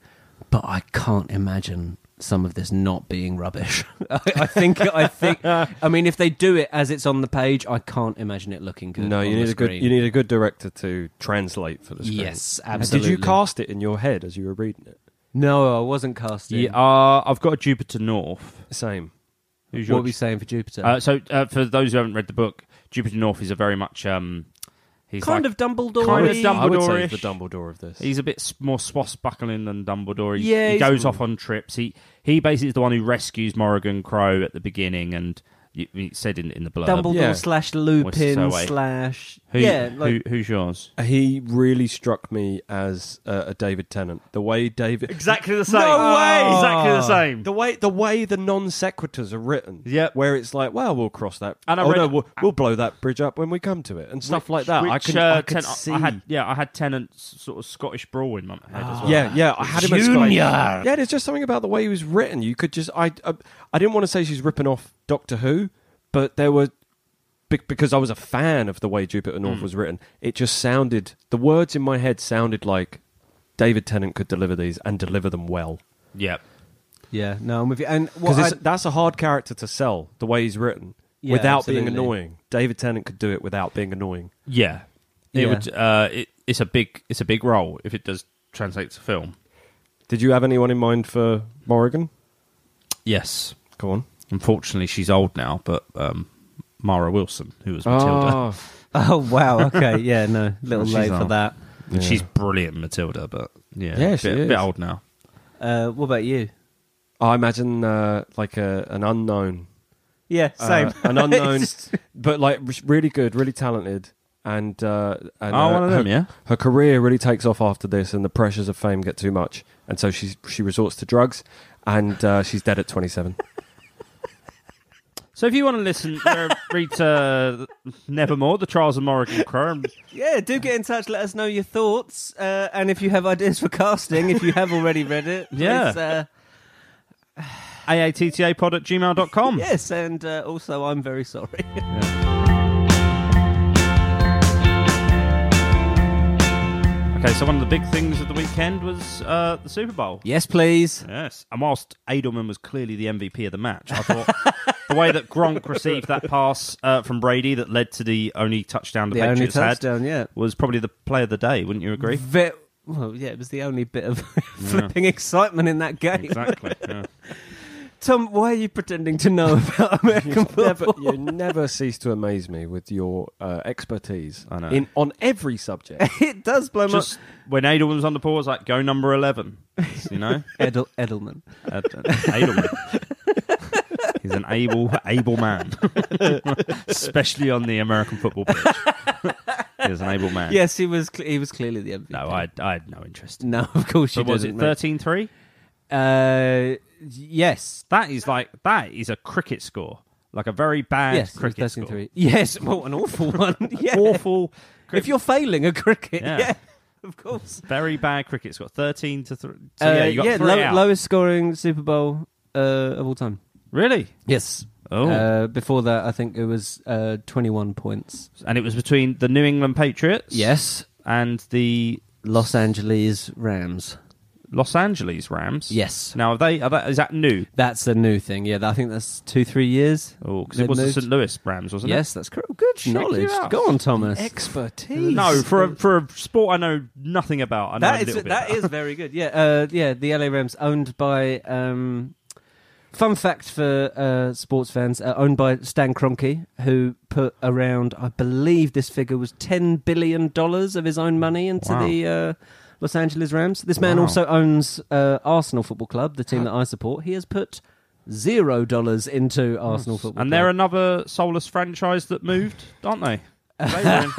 Speaker 3: but I can't imagine some of this not being rubbish. I, I think. I think. I mean, if they do it as it's on the page, I can't imagine it looking good.
Speaker 2: No,
Speaker 3: on
Speaker 2: you
Speaker 3: the
Speaker 2: need a good
Speaker 3: screen.
Speaker 2: you need a good director to translate for the screen.
Speaker 3: Yes,
Speaker 2: And
Speaker 3: absolutely.
Speaker 2: Did you cast it in your head as you were reading it?
Speaker 3: No, I wasn't casting.
Speaker 1: Yeah, uh, I've got a Jupiter North.
Speaker 2: Same.
Speaker 1: Who's
Speaker 3: what
Speaker 1: your
Speaker 3: are we saying for Jupiter?
Speaker 1: Uh, so, uh, for those who haven't read the book, Jupiter North is a very much um, he's
Speaker 3: kind
Speaker 1: like-
Speaker 3: of Dumbledore.
Speaker 1: Kind of
Speaker 2: I would say
Speaker 1: Dumbledore-ish.
Speaker 2: the Dumbledore of this.
Speaker 1: he's a bit s- more swashbuckling than Dumbledore. He,
Speaker 3: Yeah,
Speaker 1: he
Speaker 3: he's-
Speaker 1: goes off on trips. He he basically is the one who rescues Morrigan Crow at the beginning, and you, you said in in the blurb.
Speaker 3: Dumbledore
Speaker 2: Yeah.
Speaker 3: slash
Speaker 1: Whistler
Speaker 3: Lupin
Speaker 1: way.
Speaker 3: slash
Speaker 1: Who,
Speaker 3: yeah. Like,
Speaker 1: who, who's yours?
Speaker 2: He really struck me as uh, a David Tennant. The way David,
Speaker 1: Exactly the same. Ah,
Speaker 2: No way!
Speaker 1: Exactly the same.
Speaker 2: the way the way the non sequiturs are written.
Speaker 1: Yep.
Speaker 2: where it's like, well, we'll cross that,
Speaker 1: And I
Speaker 2: oh,
Speaker 1: read-
Speaker 2: no, we'll, we'll blow that bridge up when we come to it, and stuff like that. I
Speaker 1: Which,
Speaker 2: can,
Speaker 1: uh,
Speaker 2: I could
Speaker 1: ten-
Speaker 2: see. Ah.
Speaker 1: I had, yeah, I had Tennant's sort of Scottish brawl in my head as well.
Speaker 2: yeah, yeah, I had him as
Speaker 3: Junior.
Speaker 2: Scottish. Yeah, there's just something about the way he was written. You could just, I, I, I didn't want to say she's ripping off Doctor Who, but there were be- because I was a fan of the way Jupiter North
Speaker 3: Mm.
Speaker 2: was written. It just sounded the words in my head sounded like David Tennant could deliver these and deliver them well.
Speaker 1: yeah.
Speaker 3: yeah, no, I'm with you. And what
Speaker 2: Because
Speaker 3: I-
Speaker 2: that's a hard character to sell the way he's written
Speaker 3: Yeah,
Speaker 2: without being
Speaker 3: absolutely.
Speaker 2: annoying. David Tennant could do it without being annoying.
Speaker 1: Yeah, it
Speaker 3: Yeah.
Speaker 1: would. Uh, it, it's a big, it's a big role if it does translate to film.
Speaker 2: Did you have anyone in mind for Morrigan?
Speaker 1: Yes,
Speaker 2: Go on.
Speaker 1: unfortunately, she's old now, but um, Mara Wilson, who was Matilda,
Speaker 3: oh wow, okay, yeah, no, little
Speaker 1: She's
Speaker 3: late for
Speaker 1: on.
Speaker 3: that.
Speaker 1: And she's brilliant, Matilda, but yeah,
Speaker 2: Yeah,
Speaker 1: bit,
Speaker 2: she
Speaker 1: bit
Speaker 2: is.
Speaker 1: old now.
Speaker 3: Uh, what about you?
Speaker 2: I imagine uh, like a, an unknown
Speaker 3: Yeah, same.
Speaker 2: Uh, an unknown,
Speaker 3: It's just-
Speaker 2: but like r- really good, really talented, and uh, and
Speaker 1: Oh,
Speaker 2: her,
Speaker 1: one of them,
Speaker 2: her-
Speaker 1: yeah.
Speaker 2: her career really takes off after this, and the pressures of fame get too much, and so she she resorts to drugs, and uh, she's dead at twenty seven.
Speaker 1: So if you want to listen, uh, read uh, Nevermore, The Trials of Morrigan Crow. and-
Speaker 3: yeah, do get in touch. Let us know your thoughts, uh, and if you have ideas for casting, if you have already read it, please,
Speaker 1: Yeah.
Speaker 3: uh,
Speaker 1: aattapod at gmail.com.
Speaker 3: yes, and uh, also I'm very sorry.
Speaker 1: Okay, so one of the big things of the weekend was uh, the Super Bowl.
Speaker 3: yes, please.
Speaker 1: Yes, and whilst Edelman was clearly the MVP of the match, I thought the way that Gronk received that pass uh, from Brady that led to the only touchdown the,
Speaker 3: The only
Speaker 1: Patriots
Speaker 3: touchdown,
Speaker 1: had
Speaker 3: yeah.
Speaker 1: was probably the play of the day. Wouldn't you agree?
Speaker 3: Ve- well, yeah, it was the only bit of flipping excitement in that game.
Speaker 1: exactly. yeah.
Speaker 3: Tom, why are you pretending to know about American
Speaker 2: never,
Speaker 3: football?
Speaker 2: you never cease to amaze me with your uh, expertise
Speaker 1: I know.
Speaker 2: in on every subject.
Speaker 3: It does blow my
Speaker 1: Just when Edelman was on the ball, it was like go number eleven. You know,
Speaker 3: Edel- Edelman.
Speaker 1: Ed- Edelman. He's an able, able man, especially on the American football pitch. He's an able man.
Speaker 3: Yes, he was. Cl- he was clearly the MVP.
Speaker 1: No, I, I had no interest.
Speaker 3: No, of course you
Speaker 1: So was it
Speaker 3: didn't. mate.
Speaker 1: 13-3?
Speaker 3: Uh, yes.
Speaker 1: That is like that is a cricket score, like a very bad
Speaker 3: Yes, it was
Speaker 1: cricket
Speaker 3: 13
Speaker 1: score.
Speaker 3: three. Yes, well, an awful one. yeah.
Speaker 1: Awful.
Speaker 3: If you're failing a cricket,
Speaker 1: Yeah.
Speaker 3: yeah, of course.
Speaker 1: Very bad cricket score. Thirteen to three. So yeah,
Speaker 3: Uh,
Speaker 1: you got three
Speaker 3: low-
Speaker 1: out.
Speaker 3: lowest scoring Super Bowl uh, of all time.
Speaker 1: Really?
Speaker 3: Yes.
Speaker 1: Oh,
Speaker 3: Uh, before that, I think it was uh, 21 points.
Speaker 1: and it was between the New England Patriots.
Speaker 3: Yes.
Speaker 1: and the
Speaker 3: Los Angeles Rams.
Speaker 1: Los Angeles Rams.
Speaker 3: Yes.
Speaker 1: Now are they? Are that, is that new?
Speaker 3: That's a new thing. Yeah, I think that's two, three years.
Speaker 1: Oh, because
Speaker 3: They
Speaker 1: it was the
Speaker 3: moved-
Speaker 1: St. Louis Rams, wasn't
Speaker 3: Yes, that's correct. Good
Speaker 1: Check
Speaker 3: knowledge.
Speaker 1: you out.
Speaker 3: Go on, Thomas.
Speaker 1: it?
Speaker 2: expertise.
Speaker 1: No, for a, for a sport I know nothing about. I know a
Speaker 3: That
Speaker 1: little
Speaker 3: is
Speaker 1: bit
Speaker 3: that
Speaker 1: about.
Speaker 3: is very good. Yeah, uh, yeah. The LA Rams, owned by. Um, fun fact for uh, sports fans, uh, owned by Stan Kroenke, who put around, I believe this figure was ten billion dollars of his own money into
Speaker 1: Wow.
Speaker 3: the. Uh, Los Angeles Rams. This man
Speaker 1: Wow.
Speaker 3: also owns uh, Arsenal Football Club, the team that I support. He has put zero dollars into Arsenal Football
Speaker 1: And
Speaker 3: Club.
Speaker 1: they're another soulless franchise that moved, aren't they? Because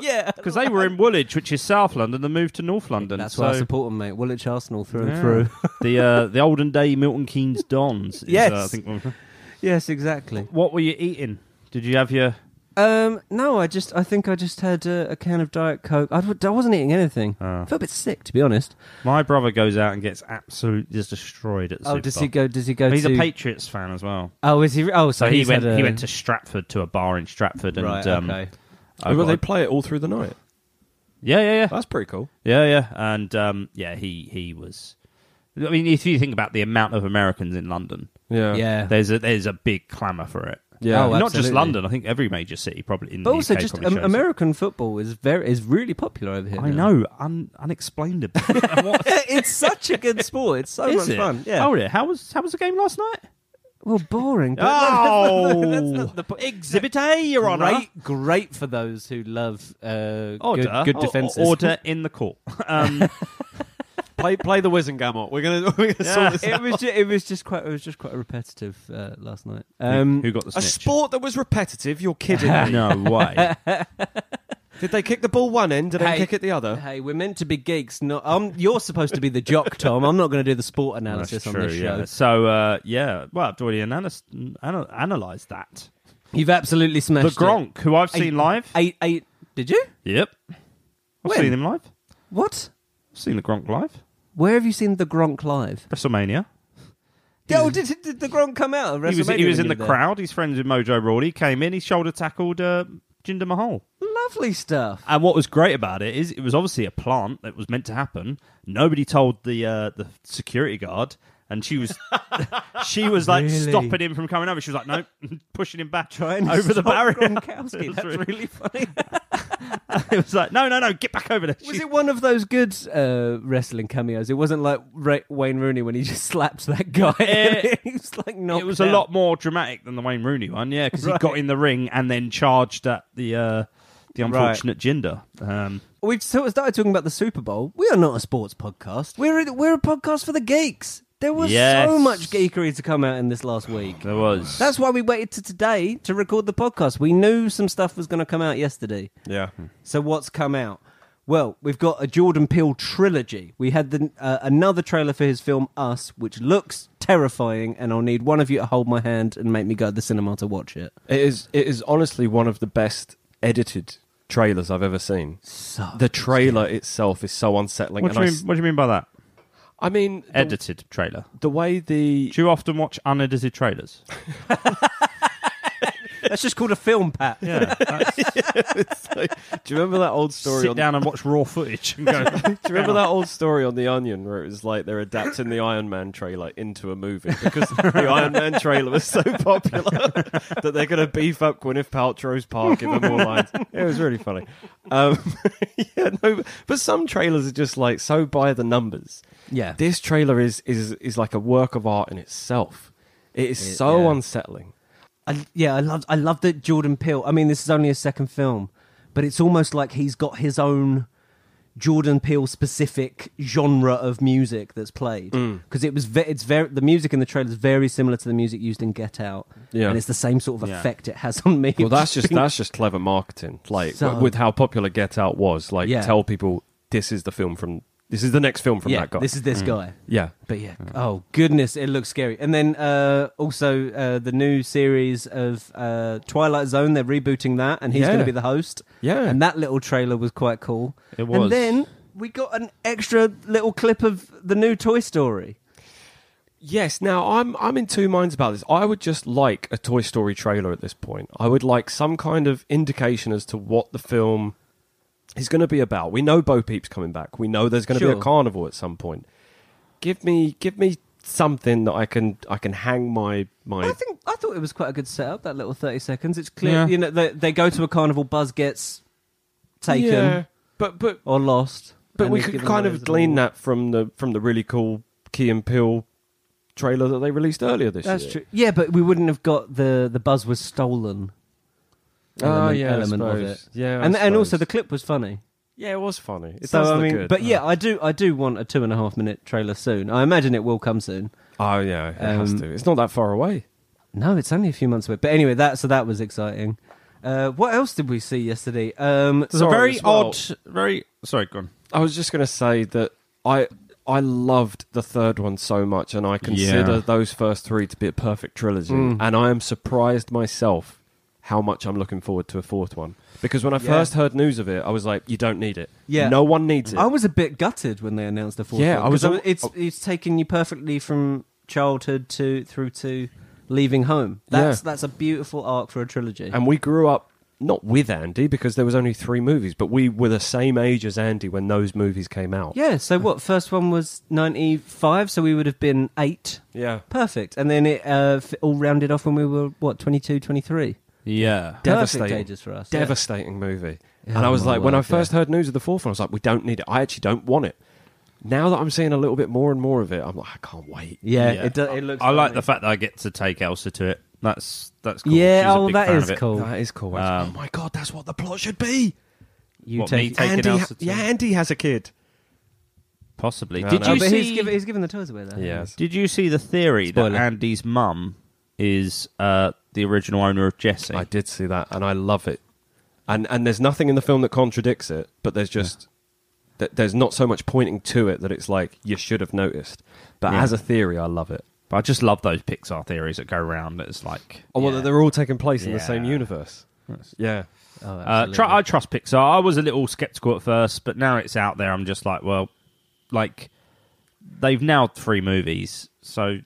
Speaker 3: yeah,
Speaker 1: they were in Woolwich, which is South London, and moved to North London.
Speaker 3: that's
Speaker 1: so
Speaker 3: why I support them, mate. Woolwich Arsenal through
Speaker 1: Yeah.
Speaker 3: and through.
Speaker 1: the uh, the olden day Milton Keynes Dons. Is,
Speaker 3: Yes.
Speaker 1: uh, I think.
Speaker 3: yes, exactly.
Speaker 1: What were you eating? Did you have your?
Speaker 3: Um, no, I just I think I just had uh, a can of Diet Coke. I, w- I wasn't eating anything.
Speaker 1: Oh.
Speaker 3: I felt a bit sick, to be honest.
Speaker 1: My brother goes out and gets absolutely just destroyed at.
Speaker 3: Oh, does he
Speaker 1: Superbowl.
Speaker 3: go? Does he go?
Speaker 1: He's
Speaker 3: to,
Speaker 1: a Patriots fan as well.
Speaker 3: Oh, is he? Oh, so,
Speaker 1: So he
Speaker 3: he's
Speaker 1: went.
Speaker 3: had a-
Speaker 1: He went to Stratford to a bar in Stratford, and
Speaker 3: Right,
Speaker 1: um,
Speaker 3: okay.
Speaker 1: oh,
Speaker 2: well, they
Speaker 1: God.
Speaker 2: play it all through the night.
Speaker 1: yeah, yeah, yeah.
Speaker 2: That's pretty cool.
Speaker 1: Yeah, yeah, and um, yeah, he he was. I mean, if you think about the amount of Americans in London,
Speaker 2: Yeah.
Speaker 3: Yeah.
Speaker 1: there's a there's a big clamour for it.
Speaker 2: Yeah.
Speaker 3: Oh,
Speaker 1: not just
Speaker 3: absolutely.
Speaker 1: London. I think every major city probably in
Speaker 3: But
Speaker 1: the
Speaker 3: also,
Speaker 1: UK
Speaker 3: just
Speaker 1: probably
Speaker 3: um,
Speaker 1: shows it.
Speaker 3: American football is very is really popular over here.
Speaker 1: I
Speaker 3: now.
Speaker 1: know, un, unexplained. what,
Speaker 3: it's such a good sport. It's so
Speaker 1: is
Speaker 3: much
Speaker 1: it?
Speaker 3: fun. Yeah.
Speaker 1: Oh, yeah. How was how was the game last night?
Speaker 3: Well, boring. But
Speaker 1: Oh,
Speaker 3: Ah, that's not the point.
Speaker 1: Exhibit A, Your Honour.
Speaker 3: Great, great for those who love uh,
Speaker 1: Order,
Speaker 3: good, good
Speaker 1: O-
Speaker 3: defenses.
Speaker 1: Oh, order in the court. Um,
Speaker 2: Play play the Wizengamot. We're gonna we're gonna
Speaker 1: Yeah.
Speaker 2: sort this.
Speaker 3: it was ju- it was just quite it was just quite repetitive uh, last night. Um,
Speaker 1: who got the
Speaker 2: A
Speaker 1: snitch?
Speaker 2: sport that was repetitive. You're kidding me.
Speaker 1: no way.
Speaker 2: Did they kick the ball one end and then
Speaker 3: Hey.
Speaker 2: kick it the other?
Speaker 3: Hey, we're meant to be geeks. Not um, you're supposed to be the jock, Tom. I'm not going to do the sport analysis on this show.
Speaker 1: Yeah. So uh, yeah, well, I've already analyzed, anal- analyzed that.
Speaker 3: You've absolutely
Speaker 1: The
Speaker 3: smashed it.
Speaker 1: Gronk, who I've
Speaker 3: Eight-
Speaker 1: seen live.
Speaker 3: Eight, eight. Did you?
Speaker 1: Yep, I've
Speaker 3: When?
Speaker 1: seen him live.
Speaker 3: What?
Speaker 1: I've seen the Gronk live.
Speaker 3: Where have you seen the Gronk live?
Speaker 1: WrestleMania.
Speaker 3: Oh, did, did the Gronk come out? of
Speaker 1: He was
Speaker 3: WrestleMania
Speaker 1: he was
Speaker 3: when
Speaker 1: in the
Speaker 3: you were there?
Speaker 1: crowd. He's friends with Mojo Rawley. He Came in. He shoulder tackled uh, Jinder Mahal.
Speaker 3: Lovely stuff.
Speaker 1: And what was great about it is it was obviously a plant that was meant to happen. Nobody told the uh, the security guard, and she was she was like
Speaker 3: Really?
Speaker 1: stopping him from coming over. She was like, "No," pushing him back
Speaker 3: Trying to
Speaker 1: over the
Speaker 3: stop
Speaker 1: barrier.
Speaker 3: Gronkowski.
Speaker 1: It was
Speaker 3: That's
Speaker 1: really-
Speaker 3: really funny.
Speaker 1: it was like, "No, no, no, get back over there."
Speaker 3: Was
Speaker 1: She-
Speaker 3: it one of those good uh, wrestling cameos? It wasn't like Ra- Wayne Rooney when he just slaps that guy.
Speaker 1: Eh,
Speaker 3: He's like knocked
Speaker 1: it was a
Speaker 3: out.
Speaker 1: lot more dramatic than the Wayne Rooney one, yeah, because he
Speaker 3: Right.
Speaker 1: got in the ring and then charged at the uh, the
Speaker 3: Right.
Speaker 1: unfortunate Jinder. Um,
Speaker 3: We've sort of started talking about the Super Bowl. We are not a sports podcast. We're a, we're a podcast for the geeks. There was
Speaker 1: Yes.
Speaker 3: so much geekery to come out in this last week.
Speaker 1: there was
Speaker 3: That's why we waited to today to record the podcast. We knew some stuff was going to come out yesterday.
Speaker 2: Yeah.
Speaker 3: So what's come out? Well, we've got a Jordan Peele trilogy. We had the, uh, another trailer for his film Us, which looks terrifying, and I'll need one of you to hold my hand and make me go to the cinema to watch it.
Speaker 2: It is it is honestly one of the best edited trailers I've ever seen.
Speaker 3: So
Speaker 2: The trailer itself is so unsettling.
Speaker 1: what do
Speaker 2: and
Speaker 1: you
Speaker 2: I
Speaker 1: mean?
Speaker 2: s-
Speaker 1: What do you mean by that?
Speaker 2: I mean, the-
Speaker 1: Edited trailer.
Speaker 2: the way the
Speaker 1: Do you often watch unedited trailers?
Speaker 3: that's just called a film, Pat.
Speaker 1: Yeah.
Speaker 2: Do you remember that old story?
Speaker 1: Sit
Speaker 2: on,
Speaker 1: down and watch raw footage and go.
Speaker 2: Do you remember that old story on The Onion where it was like they're adapting the Iron Man trailer into a movie because the Iron Man trailer was so popular that they're going to beef up Gwyneth Paltrow's part, give her more lines. It was really funny. Um, yeah, no, but some trailers are just like so by the numbers.
Speaker 3: Yeah.
Speaker 2: This trailer is is is like a work of art in itself. It is
Speaker 3: It-
Speaker 2: so
Speaker 3: yeah.
Speaker 2: unsettling.
Speaker 3: I, yeah, I love I love that Jordan Peele. I mean, this is only his second film, but it's almost like he's got his own Jordan Peele specific genre of music that's played
Speaker 2: Mm.
Speaker 3: because it was ve- it's very the music in the trailer is very similar to the music used in Get Out,
Speaker 2: Yeah.
Speaker 3: and it's the same sort of
Speaker 1: Yeah.
Speaker 3: effect it has on me.
Speaker 2: Well, that's just
Speaker 3: being-
Speaker 2: that's just clever marketing. Like
Speaker 3: So-
Speaker 2: w- with how popular Get Out was, like
Speaker 3: Yeah.
Speaker 2: tell people this is the film from this is the next film from
Speaker 3: yeah,
Speaker 2: that guy. Mm.
Speaker 3: this is this guy.
Speaker 2: yeah,
Speaker 3: But yeah, oh goodness, it looks scary. And then uh, also uh, the new series of uh, Twilight Zone, they're rebooting that, and he's
Speaker 2: Yeah.
Speaker 3: going to be the host.
Speaker 2: Yeah.
Speaker 3: and that little trailer was quite cool.
Speaker 1: It was.
Speaker 3: And then we got an extra little clip of the new Toy Story.
Speaker 2: yes. Now I'm I'm in two minds about this. I would just like a Toy Story trailer at this point. I would like some kind of indication as to what the film is going to be about. We know Bo Peep's coming back. We know there's going to be
Speaker 3: Sure.
Speaker 2: a carnival at some point. Give me give me something that I can I can hang my my.
Speaker 3: I think I thought it was quite a good setup. That little thirty seconds. It's clear,
Speaker 1: Yeah.
Speaker 3: you know, they, they go to a carnival, Buzz gets taken
Speaker 2: Yeah. But but
Speaker 3: or lost.
Speaker 2: But
Speaker 3: and
Speaker 2: we
Speaker 3: he's
Speaker 2: could
Speaker 3: given
Speaker 2: kind
Speaker 3: those
Speaker 2: of glean
Speaker 3: awards.
Speaker 2: that from the from the really cool Key and Peele trailer that they released earlier this
Speaker 3: That's
Speaker 2: year.
Speaker 3: true. Yeah, but we wouldn't have got the the buzz was stolen.
Speaker 2: Oh, Ah,
Speaker 3: element-
Speaker 2: yeah, I
Speaker 3: element of
Speaker 2: suppose.
Speaker 3: it.
Speaker 2: Yeah, I
Speaker 3: and and also
Speaker 2: suppose.
Speaker 3: the clip was funny.
Speaker 2: Yeah, it was funny. It
Speaker 3: so
Speaker 2: does
Speaker 3: I
Speaker 2: look
Speaker 3: mean,
Speaker 2: good.
Speaker 3: but yeah, I do. I do want a two and a half minute trailer soon. I imagine it will come soon.
Speaker 2: oh yeah, it has
Speaker 3: Um,
Speaker 2: to. It's not that far away.
Speaker 3: No, it's only a few months away. But anyway, that so that was exciting. Uh, what else did we see yesterday? Um,
Speaker 1: There's a
Speaker 2: Sorry,
Speaker 1: very
Speaker 2: as well.
Speaker 1: odd, very sorry, go on.
Speaker 2: I was just going to say that I I loved the third one so much, and I consider
Speaker 1: Yeah.
Speaker 2: those first three to be a perfect trilogy. And I am surprised myself how much I'm looking forward to a fourth one because when I
Speaker 3: Yeah.
Speaker 2: first heard news of it, I was like, "You don't need it.
Speaker 3: Yeah.
Speaker 2: no one needs it."
Speaker 3: I was a bit gutted when they announced the fourth.
Speaker 2: Yeah,
Speaker 3: one,
Speaker 2: I was oh.
Speaker 3: 'cause
Speaker 2: al-
Speaker 3: It's it's taken you perfectly from childhood to through to leaving home. That's
Speaker 2: Yeah.
Speaker 3: that's a beautiful arc for a trilogy.
Speaker 2: and we grew up not with Andy because there was only three movies, but we were the same age as Andy when those movies came out.
Speaker 3: yeah. So what? First one was ninety five. So we would have been eight.
Speaker 2: yeah.
Speaker 3: Perfect. And then it uh, f- all rounded off when we were what 22, 23.
Speaker 1: Yeah,
Speaker 2: Devastating.
Speaker 3: Perfect ages for us. yeah.
Speaker 2: devastating movie. and
Speaker 3: Yeah,
Speaker 2: I
Speaker 3: oh
Speaker 2: was
Speaker 3: my
Speaker 2: like, when I
Speaker 3: word,
Speaker 2: first heard news of the fourth one, I was like, we don't need it. I actually don't want it. Now that I'm seeing a little bit more and more of it, I'm like, I can't wait.
Speaker 3: Yeah, It, do, it looks.
Speaker 1: I like
Speaker 3: lovely.
Speaker 1: the fact that I get to take Elsa to it. That's that's cool.
Speaker 3: Yeah,
Speaker 1: She's a
Speaker 3: oh,
Speaker 1: big
Speaker 3: that
Speaker 1: fan
Speaker 3: is
Speaker 1: of it.
Speaker 3: cool.
Speaker 2: That is cool.
Speaker 1: Um,
Speaker 2: oh my god, that's what the plot should be.
Speaker 3: You
Speaker 1: What,
Speaker 3: take
Speaker 1: me taking
Speaker 2: Andy,
Speaker 1: Elsa
Speaker 2: ha-
Speaker 1: to
Speaker 2: yeah,
Speaker 1: it?
Speaker 2: Andy has a kid.
Speaker 1: possibly.
Speaker 2: No,
Speaker 1: did
Speaker 2: no.
Speaker 1: you
Speaker 3: but
Speaker 1: see?
Speaker 3: he's, given, he's given the toys away though.
Speaker 2: Yes.
Speaker 1: Did you see the theory
Speaker 3: Spoiler.
Speaker 1: that Andy's mum is uh, the original owner of Jesse?
Speaker 2: I did see that, and I love it. And and there's nothing in the film that contradicts it, but there's just th- there's not so much pointing to it that it's like you should have noticed. But
Speaker 1: Yeah.
Speaker 2: as a theory, I love it.
Speaker 1: But I just love those Pixar theories that go around. It's like,
Speaker 2: Oh well,
Speaker 3: Yeah.
Speaker 2: they're all taking place in the
Speaker 1: Yeah.
Speaker 2: same universe. Yeah.
Speaker 3: Oh,
Speaker 1: uh, tr- I trust Pixar. I was a little skeptical at first, but now it's out there. I'm just like, well, like they've now three movies, so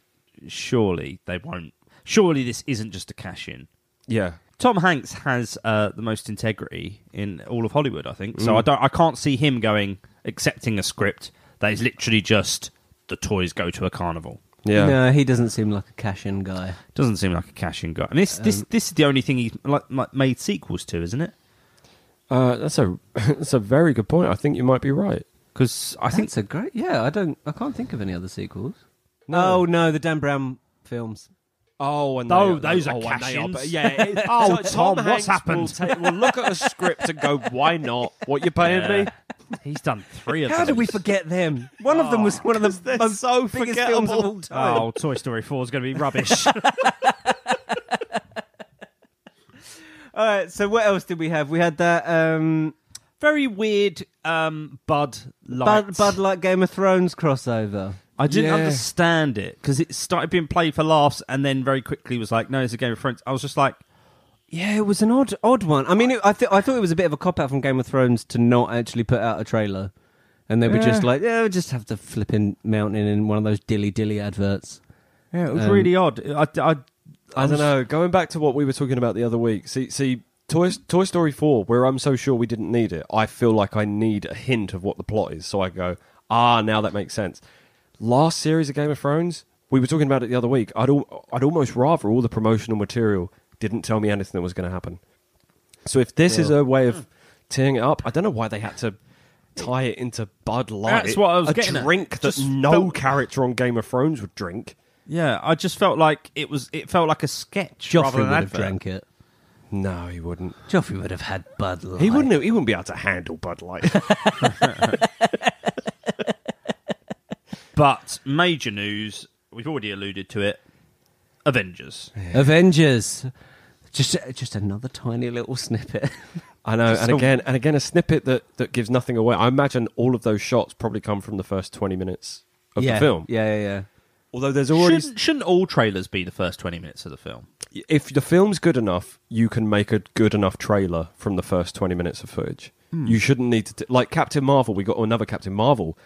Speaker 1: surely they won't. Surely this isn't just a cash in.
Speaker 2: Yeah.
Speaker 1: Tom Hanks has uh, the most integrity in all of Hollywood, I think. So I don't, I can't see him going accepting a script that is literally just the toys go to a carnival.
Speaker 2: Yeah.
Speaker 3: No, he doesn't seem like a cash-in guy.
Speaker 1: Doesn't seem like a cash in guy. And this, this, this is the only thing he's like, like made sequels to, isn't it?
Speaker 2: Uh, that's a that's a very good point. I think you might be right.
Speaker 1: Because I
Speaker 3: I
Speaker 1: think
Speaker 3: think it's a great. Yeah, I don't. I can't think of any other sequels. No, no, the Dan Brown films.
Speaker 2: Oh, and
Speaker 1: Tho- those are cash-ins.
Speaker 2: but yeah. it-
Speaker 1: Oh,
Speaker 2: so
Speaker 1: Tom,
Speaker 2: Hanks
Speaker 1: what's
Speaker 2: Will,
Speaker 1: happened?
Speaker 2: take, will look at a script and go, "Why not? What you paying me?"
Speaker 1: he's done three of
Speaker 3: How
Speaker 1: those.
Speaker 3: did we forget them? One of them was one of the most so biggest films of all time.
Speaker 1: Oh, Toy Story 4 is going to be rubbish.
Speaker 3: All right. So what else did we have? We had that um,
Speaker 1: Very weird um, Bud Light.
Speaker 3: Bud, Bud Light Game of Thrones crossover.
Speaker 1: I didn't
Speaker 2: Yeah.
Speaker 1: understand it because it started being played for laughs and then very quickly was like, no, it's a Game of Thrones. I was just like,
Speaker 3: Yeah, it was an odd, odd one. I mean, it, I, th- I thought it was a bit of a cop out from Game of Thrones to not actually put out a trailer, and they were just
Speaker 1: Yeah.
Speaker 3: like, "Yeah, we'll just have the flipping mountain in one of those dilly dilly adverts."
Speaker 1: yeah, it was
Speaker 3: Um,
Speaker 1: really odd. I, I,
Speaker 2: I don't know. Going back to what we were talking about the other week, see, see, Toy, Toy Story Four, where I'm so sure we didn't need it. I feel like I need a hint of what the plot is, so I go, ah, now that makes sense. Last series of Game of Thrones, we were talking about it the other week. I'd al- I'd almost rather all the promotional material didn't tell me anything that was going to happen. So if this is a way of teeing it up, I don't know why they had to tie it into Bud Light.
Speaker 1: That's what I was
Speaker 2: a
Speaker 1: getting at.
Speaker 2: drink that
Speaker 1: Just
Speaker 2: no
Speaker 1: felt-
Speaker 2: character on Game of Thrones would drink.
Speaker 1: yeah, I just felt like it was. It felt like a sketch
Speaker 3: Joffrey
Speaker 1: rather
Speaker 3: would
Speaker 1: than an
Speaker 3: have
Speaker 1: advert.
Speaker 3: drank it.
Speaker 2: No, he wouldn't.
Speaker 3: Joffrey would have had Bud Light.
Speaker 2: He wouldn't. Have, he wouldn't be able to handle Bud Light.
Speaker 1: But major news. We've already alluded to it. Avengers.
Speaker 3: Avengers. Just, just another tiny little snippet.
Speaker 2: I know. And
Speaker 1: So-
Speaker 2: again, and again, a snippet that that gives nothing away. I imagine all of those shots probably come from the first twenty minutes of
Speaker 3: yeah.
Speaker 2: the film.
Speaker 3: Yeah, yeah, yeah.
Speaker 2: Although there's already,
Speaker 1: Shouldn't, shouldn't all trailers be the first twenty minutes of the film?
Speaker 2: if the film's good enough, you can make a good enough trailer from the first twenty minutes of footage. You shouldn't need to t- like Captain Marvel. We got another Captain Marvel.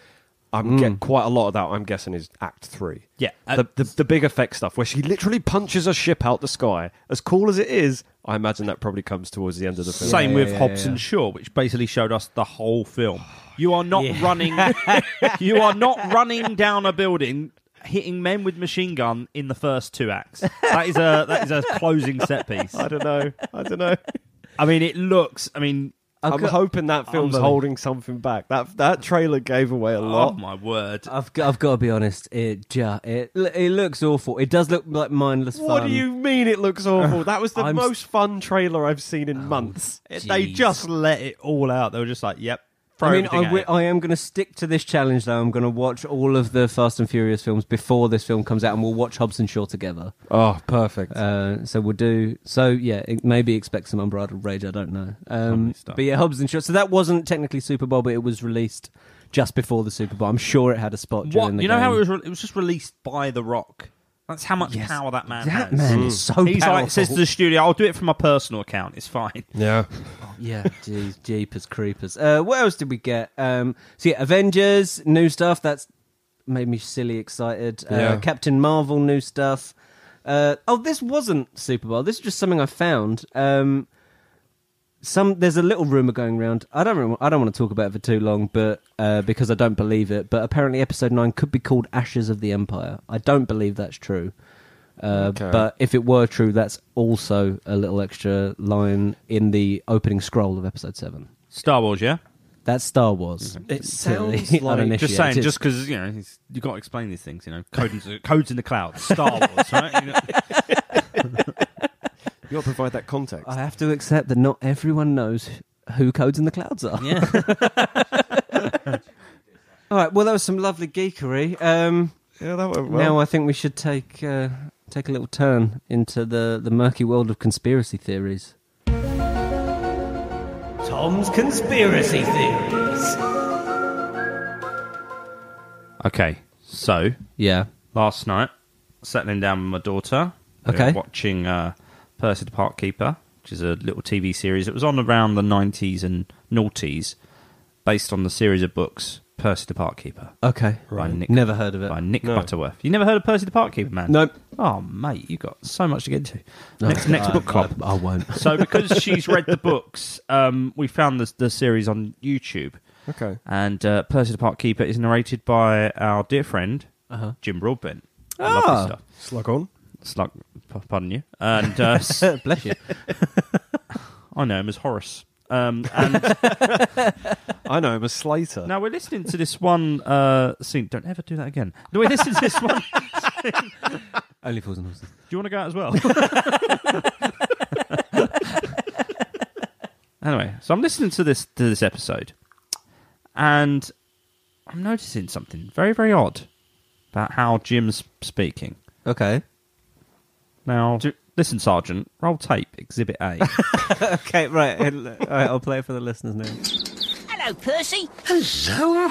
Speaker 2: I'm get quite a lot of that. I'm guessing is Act Three.
Speaker 1: Yeah, uh,
Speaker 2: the, the the big effect stuff where she literally punches a ship out the sky. As cool as it is, I imagine that probably comes towards the end of the film.
Speaker 1: Same
Speaker 3: yeah,
Speaker 1: with
Speaker 3: yeah,
Speaker 1: Hobbs
Speaker 3: yeah.
Speaker 1: and Shaw, which basically showed us the whole film. You are not running. you are not running down a building, hitting men with machine gun in the first two acts. That is a that is a closing set piece.
Speaker 2: I don't know. I don't know.
Speaker 1: I mean, it looks. I mean,
Speaker 2: I'm
Speaker 3: got-
Speaker 2: hoping that film's
Speaker 3: Unbelievable.
Speaker 2: holding something back. That that trailer gave away a
Speaker 1: oh
Speaker 2: lot.
Speaker 1: my word!
Speaker 3: I've, got, I've got to be honest. It, ju- it, it looks awful. It does look like mindless fun.
Speaker 2: what do you mean it looks awful? That was the
Speaker 3: I'm s-
Speaker 2: Oh, most fun trailer I've seen in months.
Speaker 1: They just let it all out. They were just like, "Yep, throw
Speaker 3: I mean,
Speaker 1: everything at
Speaker 3: I, wi-
Speaker 1: it.
Speaker 3: I am going to stick to this challenge, though. I'm going to watch all of the Fast and Furious films before this film comes out, and we'll watch Hobbs and Shaw together.
Speaker 2: Oh, perfect.
Speaker 3: Uh, so we'll do. So yeah, it, maybe expect some unbridled rage. I don't know. Um,
Speaker 1: Lovely stuff.
Speaker 3: but yeah, Hobbs and Shaw. So that wasn't technically Super Bowl, but it was released just before the Super Bowl. I'm sure it had a spot during
Speaker 1: What
Speaker 3: the
Speaker 1: you know how
Speaker 3: game.
Speaker 1: it was? Re- it was just released by The Rock. That's how much
Speaker 3: Yes.
Speaker 1: power that man has.
Speaker 3: That
Speaker 1: Mm.
Speaker 3: man is so
Speaker 1: He's
Speaker 3: powerful.
Speaker 1: like says to the studio, "I'll do it from my personal account. It's fine."
Speaker 2: yeah.
Speaker 3: yeah, jeez, jeepers creepers. Uh, what else did we get? Um, so yeah, Avengers new stuff. That's made me silly excited. Uh,
Speaker 2: Yeah.
Speaker 3: Captain Marvel new stuff. Uh, oh, this wasn't Super Bowl. This is just something I found. Um, some there's a little rumor going around. I don't rem- I don't want to talk about it for too long, but uh, because I don't believe it. But apparently, episode nine could be called Ashes of the Empire. I don't believe that's true. Uh,
Speaker 2: Okay.
Speaker 3: But if it were true, that's also a little extra line in the opening scroll of episode seven.
Speaker 1: Star Wars, yeah.
Speaker 3: That's Star Wars.
Speaker 2: It
Speaker 3: To
Speaker 2: sounds
Speaker 3: the
Speaker 2: like-
Speaker 3: uninitiated.
Speaker 1: Just saying, just because you know it's- you got to explain these things. You know, codes codes in the clouds, Star Wars, right? You know,
Speaker 2: You got to provide that context.
Speaker 3: I have to accept that not everyone knows who codes in the clouds are.
Speaker 1: yeah.
Speaker 3: All right. Well, that was some lovely geekery. Um,
Speaker 2: yeah, that went
Speaker 3: now I think we should take uh, take a little turn into the the murky world of conspiracy theories.
Speaker 4: Tom's conspiracy theories.
Speaker 1: Okay, so
Speaker 3: Yeah.
Speaker 1: last night, settling down with my daughter. we were
Speaker 3: Okay.
Speaker 1: watching uh, Percy the Park Keeper, which is a little TV series. It was on around the 90s and noughties, based on the series of books Percy the Park Keeper
Speaker 3: Okay.
Speaker 1: Right, Nick.
Speaker 3: Never heard of it.
Speaker 1: by Nick
Speaker 2: No.
Speaker 1: Butterworth. You never heard of Percy the Park Keeper, man?
Speaker 3: Nope. Oh,
Speaker 1: Oh, mate, you got so much to get into.
Speaker 3: No.
Speaker 1: next next
Speaker 3: I-
Speaker 1: book club.
Speaker 3: I, I won't.
Speaker 1: so because she's read the books, um, we found this, the series on YouTube.
Speaker 2: Okay.
Speaker 1: And uh, Percy the Park Keeper is narrated by our dear friend,
Speaker 3: Uh-huh.
Speaker 1: Jim Broadbent.
Speaker 3: Ah.
Speaker 1: Lovely stuff.
Speaker 2: Slug on.
Speaker 1: Slug, p- pardon you. And uh, s-
Speaker 3: Bless you.
Speaker 1: I know him as Horace. Um, and
Speaker 2: I know him as Slater.
Speaker 1: now we're listening to this one uh, scene. Don't ever do that again. No, we're listening to this one. Do
Speaker 3: Only fools and horses.
Speaker 1: you want to go out as well? anyway, so I'm listening to this to this episode, and I'm noticing something very very odd about how Jim's speaking.
Speaker 3: Okay.
Speaker 1: Now, listen, Sergeant. Roll tape, Exhibit A.
Speaker 3: Okay, right. All right, I'll play it for the listeners now.
Speaker 5: Hello, Percy.
Speaker 4: Hello.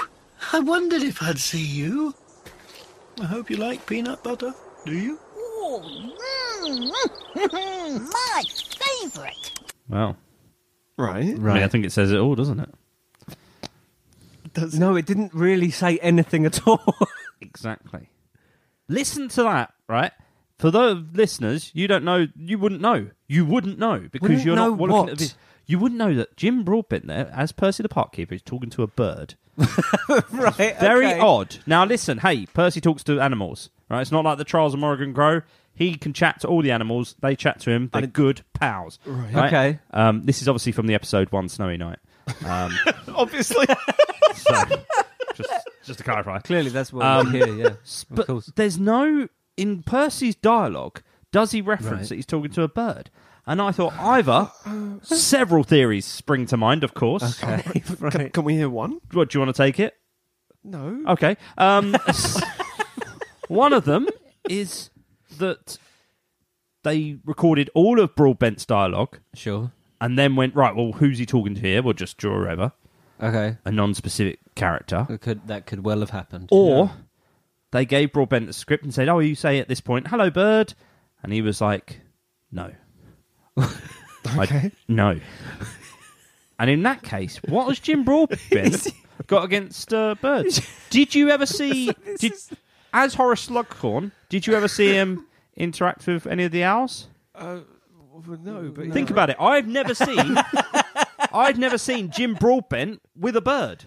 Speaker 4: I wondered if I'd see you. I hope you like peanut butter. Do you?
Speaker 5: Oh, mm, my favourite.
Speaker 1: well,
Speaker 2: Right.
Speaker 1: I mean, I think it says it all, doesn't it?
Speaker 3: No, it didn't really say anything at all.
Speaker 1: Exactly. Listen to that, right? For those listeners, you don't know, you wouldn't know. You wouldn't know because
Speaker 3: Wouldn't
Speaker 1: you're
Speaker 3: know
Speaker 1: not looking
Speaker 3: what?
Speaker 1: at the vid- You wouldn't know that Jim Broadbent there, as Percy the Park Keeper, is talking to a bird.
Speaker 3: right.
Speaker 1: Very
Speaker 3: okay.
Speaker 1: odd. Now listen, hey, Percy talks to animals, right? It's not like the Trials of Morgan Crow. He can chat to all the animals. They chat to him. They're good pals. Right.
Speaker 3: Okay.
Speaker 1: Um, this is obviously from the episode one, Snowy Night. Um,
Speaker 2: Obviously.
Speaker 1: so, just, just to clarify,
Speaker 3: Clearly, that's what
Speaker 1: Um,
Speaker 3: we hear, yeah.
Speaker 1: But
Speaker 3: of course.
Speaker 1: there's no in Percy's dialogue does he reference
Speaker 3: Right.
Speaker 1: that he's talking to a bird. And I thought either several theories spring to mind, of course.
Speaker 3: Okay,
Speaker 2: Can,
Speaker 3: right.
Speaker 2: can we hear one?
Speaker 1: What do you want to take it?
Speaker 2: No.
Speaker 1: Okay. Um, one of them is that they recorded all of Broadbent's dialogue
Speaker 3: Sure.
Speaker 1: and then went, right, well, who's he talking to here? We'll just draw over
Speaker 3: Okay.
Speaker 1: a non specific character.
Speaker 3: That could, that could well have happened.
Speaker 1: Or they gave Broadbent the script and said, "Oh, you say at this point, hello, bird," and he was like, "No, okay, no." And in that case, what has Jim Broadbent got against uh, birds? Did you ever see, did, as Horace Slughorn, did you ever see him interact with any of the owls?
Speaker 2: no, but
Speaker 1: Think about it. I've never seen, I've never seen Jim Broadbent with a bird.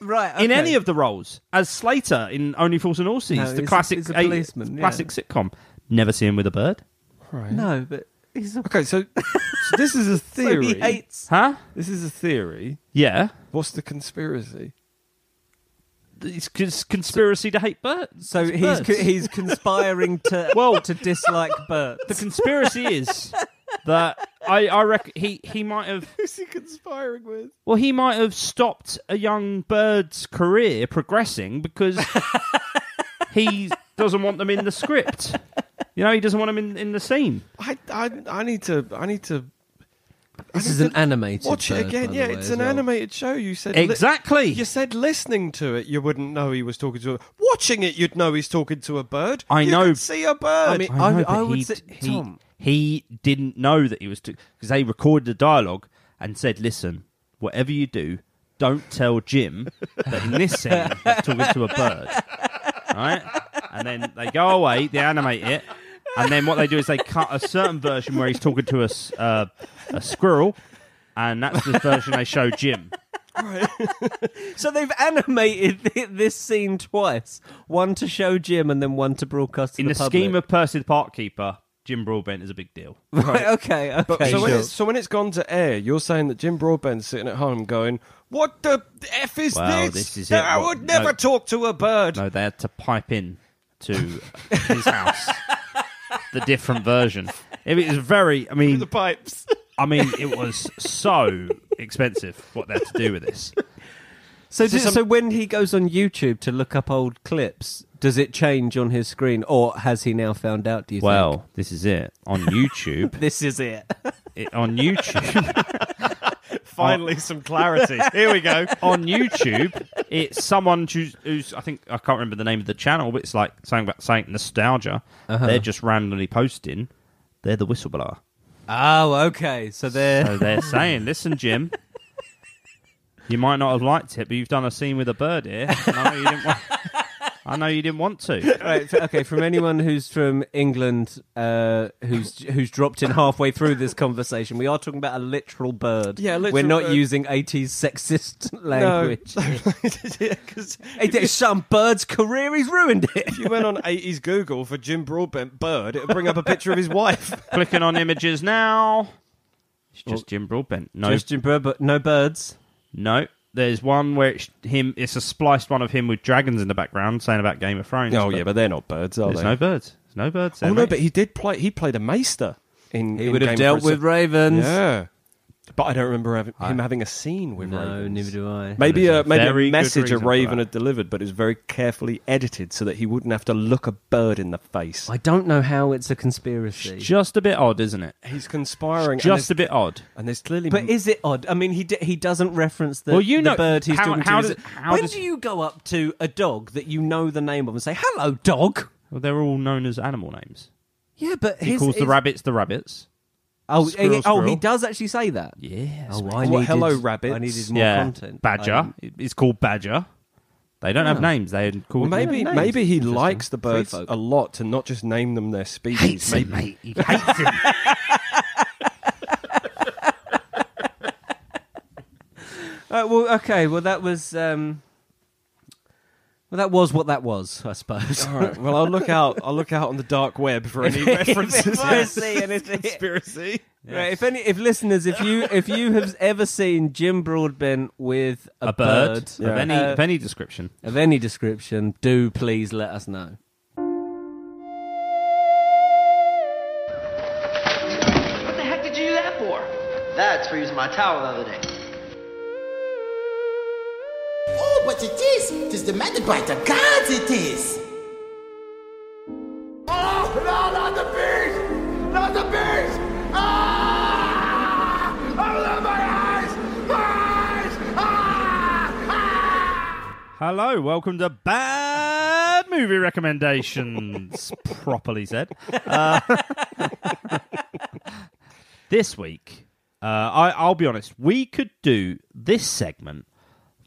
Speaker 3: right.
Speaker 1: in any of the roles as Slater in Only Fools and Horses,
Speaker 3: No,
Speaker 1: the
Speaker 3: he's a-
Speaker 1: classic
Speaker 3: he's a
Speaker 1: eight-
Speaker 3: policeman, yeah.
Speaker 1: classic sitcom. Never see him with a bird,
Speaker 2: Right.
Speaker 3: No, but he's a
Speaker 2: Okay, so, so this is a
Speaker 3: so
Speaker 2: theory.
Speaker 3: he hates.
Speaker 1: huh?
Speaker 2: This is a theory.
Speaker 1: Yeah,
Speaker 2: What's the conspiracy?
Speaker 1: it's cons- conspiracy to hate birds.
Speaker 3: So he's,
Speaker 1: birds.
Speaker 3: co- he's conspiring to well to dislike birds.
Speaker 1: The conspiracy is that I, I reckon he, he might have.
Speaker 2: Who's he conspiring with?
Speaker 1: Well, he might have stopped a young bird's career progressing because he doesn't want them in the script. You know, he doesn't want them in, in the scene.
Speaker 2: I, I, I need to. I need to
Speaker 3: This is an animated.
Speaker 2: watch it
Speaker 3: bird, by
Speaker 2: again.
Speaker 3: the
Speaker 2: Yeah,
Speaker 3: way,
Speaker 2: it's
Speaker 3: as
Speaker 2: an
Speaker 3: well.
Speaker 2: animated show. You said li-
Speaker 1: Exactly.
Speaker 2: you said listening to it, you wouldn't know he was talking to. a Watching it, you'd know he's talking to a bird.
Speaker 1: I
Speaker 2: You
Speaker 1: know.
Speaker 2: could see a bird.
Speaker 3: I mean-
Speaker 1: I, know,
Speaker 3: I-
Speaker 1: but
Speaker 3: I would
Speaker 1: he,
Speaker 3: say-
Speaker 1: he,
Speaker 3: Tom.
Speaker 1: he didn't know that he was because they recorded the dialogue and said, "Listen, whatever you do, don't tell Jim that in this scene he's talking to a bird." Right? And then they go away, they animate it, and then what they do is they cut a certain version where he's talking to a s- uh, a squirrel, and that's the version they show Jim.
Speaker 3: So they've animated thi- this scene twice: one to show Jim, and then one to broadcast to
Speaker 1: In the,
Speaker 3: public.
Speaker 1: scheme of Percy the Park Keeper, Jim Broadbent is a big deal.
Speaker 3: right, okay, okay.
Speaker 2: so, when
Speaker 3: sure.
Speaker 2: it's, so when it's gone to air, you're saying that Jim Broadbent's sitting at home going, "What the f is
Speaker 1: Well,
Speaker 2: this?
Speaker 1: this is it.
Speaker 2: I
Speaker 1: What-
Speaker 2: would never
Speaker 1: no.
Speaker 2: talk to a bird."
Speaker 1: No, they had to pipe in to his house the different version. It was very. I mean,
Speaker 2: The pipes.
Speaker 1: I mean, it was so expensive what they had to do with this.
Speaker 3: So, do- so when he goes on YouTube to look up old clips, does it change on his screen, or has he now found out? Do you
Speaker 1: Well, this is it on YouTube.
Speaker 3: think this is it?
Speaker 1: It, on YouTube,
Speaker 2: Finally, some clarity. Here we go.
Speaker 1: on YouTube, it's someone who's, who's I think I can't remember the name of the channel, but it's like something about saying nostalgia. They're just randomly posting. They're the whistleblower.
Speaker 3: oh, okay. So there.
Speaker 1: So they're saying, listen, Jim, you might not have liked it, but you've done a scene with a bird here. And I, know you didn't want, I know you didn't want to.
Speaker 3: Right, f- okay. From anyone who's from England, uh, who's who's dropped in halfway through this conversation, we are talking about a literal bird.
Speaker 2: Yeah, a literal
Speaker 3: we're not
Speaker 2: bird.
Speaker 3: using '80s sexist language.
Speaker 2: Because
Speaker 3: It- it's some bird's career. He's ruined it.
Speaker 2: if you went on 80s Google for Jim Broadbent bird, it would bring up a picture of his wife.
Speaker 1: Clicking on images now. It's just Jim Broadbent. No,
Speaker 3: Christian Bird, but no birds.
Speaker 1: no. There's one where it's him. It's a spliced one of him with dragons in the background saying about Game of Thrones.
Speaker 2: Oh, but they're not birds, are
Speaker 1: there's no birds. There's no birds. There,
Speaker 2: oh no,
Speaker 1: mate.
Speaker 2: but he did play. He played a maester in.
Speaker 3: He
Speaker 2: in
Speaker 3: would have
Speaker 2: Game
Speaker 3: dealt
Speaker 2: of
Speaker 3: with
Speaker 2: Thrones.
Speaker 3: ravens.
Speaker 2: Yeah, but I don't remember having, him having a scene with
Speaker 3: No,
Speaker 2: ravens.
Speaker 3: neither do I.
Speaker 2: Maybe
Speaker 1: There's
Speaker 2: a,
Speaker 1: a
Speaker 2: maybe
Speaker 1: very
Speaker 2: a
Speaker 1: good
Speaker 2: message a
Speaker 1: reason for
Speaker 2: raven
Speaker 1: that.
Speaker 2: had delivered, but it was very carefully edited so that he wouldn't have to look a bird in the face.
Speaker 3: I don't know how it's a conspiracy.
Speaker 1: just a bit odd, isn't it?
Speaker 2: He's conspiring.
Speaker 1: Just a
Speaker 2: and
Speaker 1: bit odd.
Speaker 2: there's, and there's clearly.
Speaker 3: But is it odd? I mean, he d- he doesn't reference the,
Speaker 1: Well, you
Speaker 3: the
Speaker 1: know-
Speaker 3: bird he's
Speaker 1: how-
Speaker 3: talking
Speaker 1: how
Speaker 3: to.
Speaker 1: does-
Speaker 3: Is it-
Speaker 1: how
Speaker 3: when
Speaker 1: does-
Speaker 3: do you go up to a dog that you know the name of and say, "Hello, dog"?
Speaker 1: Well, they're all known as animal names.
Speaker 3: Yeah, but
Speaker 1: He
Speaker 3: his,
Speaker 1: calls the
Speaker 3: his-
Speaker 1: rabbits the rabbits.
Speaker 3: Oh, eh,
Speaker 1: squirrel,
Speaker 3: oh,
Speaker 1: squirrel.
Speaker 3: he does actually say that.
Speaker 1: Yes.
Speaker 3: Oh, I
Speaker 2: Well,
Speaker 3: needed,
Speaker 2: hello, rabbits.
Speaker 3: I needed more content.
Speaker 1: Badger.
Speaker 3: Um,
Speaker 1: it's called Badger. They don't have names. They call
Speaker 2: Hmm. Well, maybe maybe he likes the birds
Speaker 3: folk.
Speaker 2: a lot to not just name them their species. Maybe-
Speaker 1: mate. He hates him.
Speaker 3: all right, uh, well, okay. Well, that was. Um, well, that was what that was, I suppose.
Speaker 2: All right. Well, I'll look out. I'll look out on the dark web for any references.
Speaker 3: If I see anything-
Speaker 2: Conspiracy.
Speaker 3: Right, if any, if listeners, if you if you have ever seen Jim Broadbent with a,
Speaker 1: A bird,
Speaker 2: Yeah.
Speaker 1: of, any,
Speaker 3: Uh,
Speaker 1: of any description.
Speaker 3: of any description, do please let us know.
Speaker 6: What the heck did you do that for?
Speaker 7: That's for using my towel the other day.
Speaker 8: Oh, but it is. It is demanded by the gods, it is. Oh, no, not the bees! Not the bees! Ah! Open my eyes! Eyes! ah,
Speaker 1: Hello, welcome to Bad Movie Recommendations, properly said. Uh, this week, uh, I, I'll be honest, we could do this segment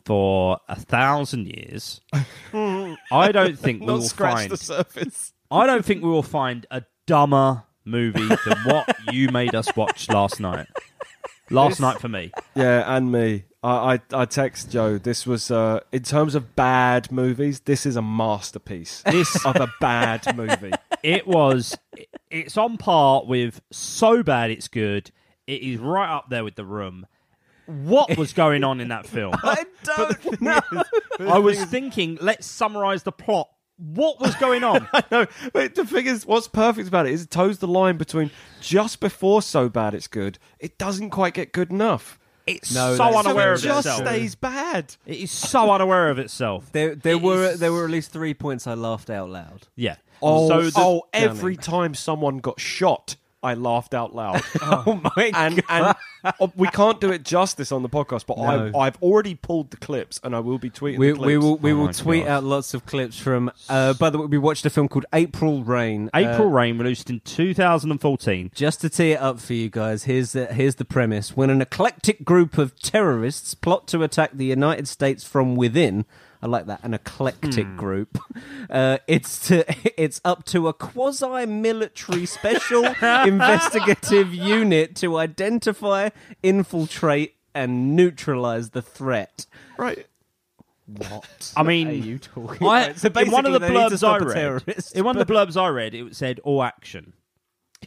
Speaker 1: for a thousand years. I don't think we'll
Speaker 2: Not scratch
Speaker 1: find
Speaker 2: the surface.
Speaker 1: I don't think we will find a dumber movie than what you made us watch last night. Last night for me.
Speaker 2: Yeah, and me. I, I I text Joe. This was uh, in terms of bad movies. This is a masterpiece. This of a bad movie.
Speaker 1: It was it's on par with so bad it's good. It is right up there with the room. What was going on in that film?
Speaker 3: I don't know.
Speaker 1: I was thinking, let's summarize the plot What was going on?
Speaker 2: No, but the thing is, what's perfect about it is it toes the line between just before so bad it's good, it doesn't quite get good enough.
Speaker 1: it's
Speaker 3: No,
Speaker 1: so
Speaker 3: that's
Speaker 1: unaware
Speaker 3: true.
Speaker 1: of
Speaker 2: It just
Speaker 1: itself.
Speaker 2: stays bad.
Speaker 1: It is so unaware of itself.
Speaker 3: There, there were there were at least three points I laughed out loud.
Speaker 1: Yeah.
Speaker 2: Oh,
Speaker 1: so the-
Speaker 2: oh every time someone got shot, I laughed out loud. oh my and, god! And oh, we can't do it justice on the podcast, but
Speaker 3: No.
Speaker 2: I, I've already pulled the clips, and I will be tweeting.
Speaker 3: We,
Speaker 2: the
Speaker 3: we
Speaker 2: clips.
Speaker 3: will we
Speaker 1: Oh
Speaker 3: will
Speaker 1: my
Speaker 3: tweet
Speaker 1: God.
Speaker 3: out lots of clips from. Uh, by the way, we watched a film called April Rain. Uh,
Speaker 1: April Rain released in 2014.
Speaker 3: Just to tee it up for you guys, here's the here's the premise. When an eclectic group of terrorists plot to attack the United States from within, I like that an eclectic group. Uh, it's to it's up to a quasi military special investigative unit to identify, infiltrate, and neutralize the threat.
Speaker 2: right.
Speaker 3: What?
Speaker 1: I mean,
Speaker 3: are you talking?
Speaker 1: I,
Speaker 3: about? So
Speaker 1: in one of
Speaker 3: basically,
Speaker 1: the
Speaker 3: they need to
Speaker 1: blurbs I
Speaker 3: stop a
Speaker 1: read,
Speaker 3: terrorist,
Speaker 1: in one of
Speaker 3: but-
Speaker 1: the blurbs I read, it said all action.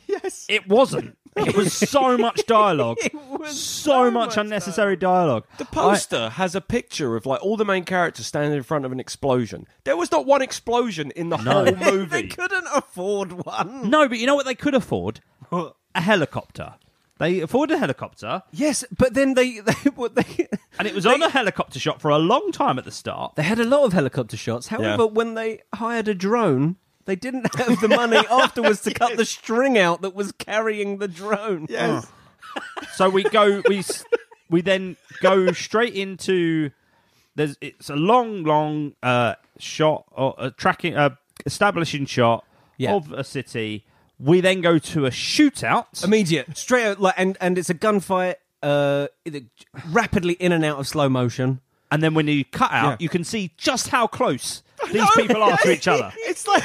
Speaker 2: Yes.
Speaker 1: It wasn't. It was so much dialogue.
Speaker 3: It was
Speaker 1: so
Speaker 3: so
Speaker 1: much,
Speaker 3: much
Speaker 1: unnecessary dialogue.
Speaker 2: The poster has a picture of like all the main characters standing in front of an explosion. There was not one explosion in the
Speaker 1: No.
Speaker 2: whole
Speaker 3: they
Speaker 2: movie.
Speaker 3: couldn't afford one.
Speaker 1: No, but you know what they could afford? A helicopter. They afforded a helicopter,
Speaker 3: Yes, but then they they, what they
Speaker 1: and it was on a helicopter shot for a long time at the start.
Speaker 3: they had a lot of helicopter shots. However,
Speaker 2: Yeah.
Speaker 3: when they hired a drone, they didn't have the money afterwards to cut the string out that was carrying the drone. Oh.
Speaker 2: Yes.
Speaker 1: So we go, we s- we then go straight into. There's it's a long, long uh, shot or a tracking, uh, establishing shot
Speaker 3: Yeah.
Speaker 1: of a city. We then go to a shootout.
Speaker 3: Immediate, straight out, like, and and it's a gunfight, uh, it- rapidly in and out of slow motion.
Speaker 1: And then when you cut out,
Speaker 2: Yeah.
Speaker 1: you can see just how close these people are to each other.
Speaker 2: It's like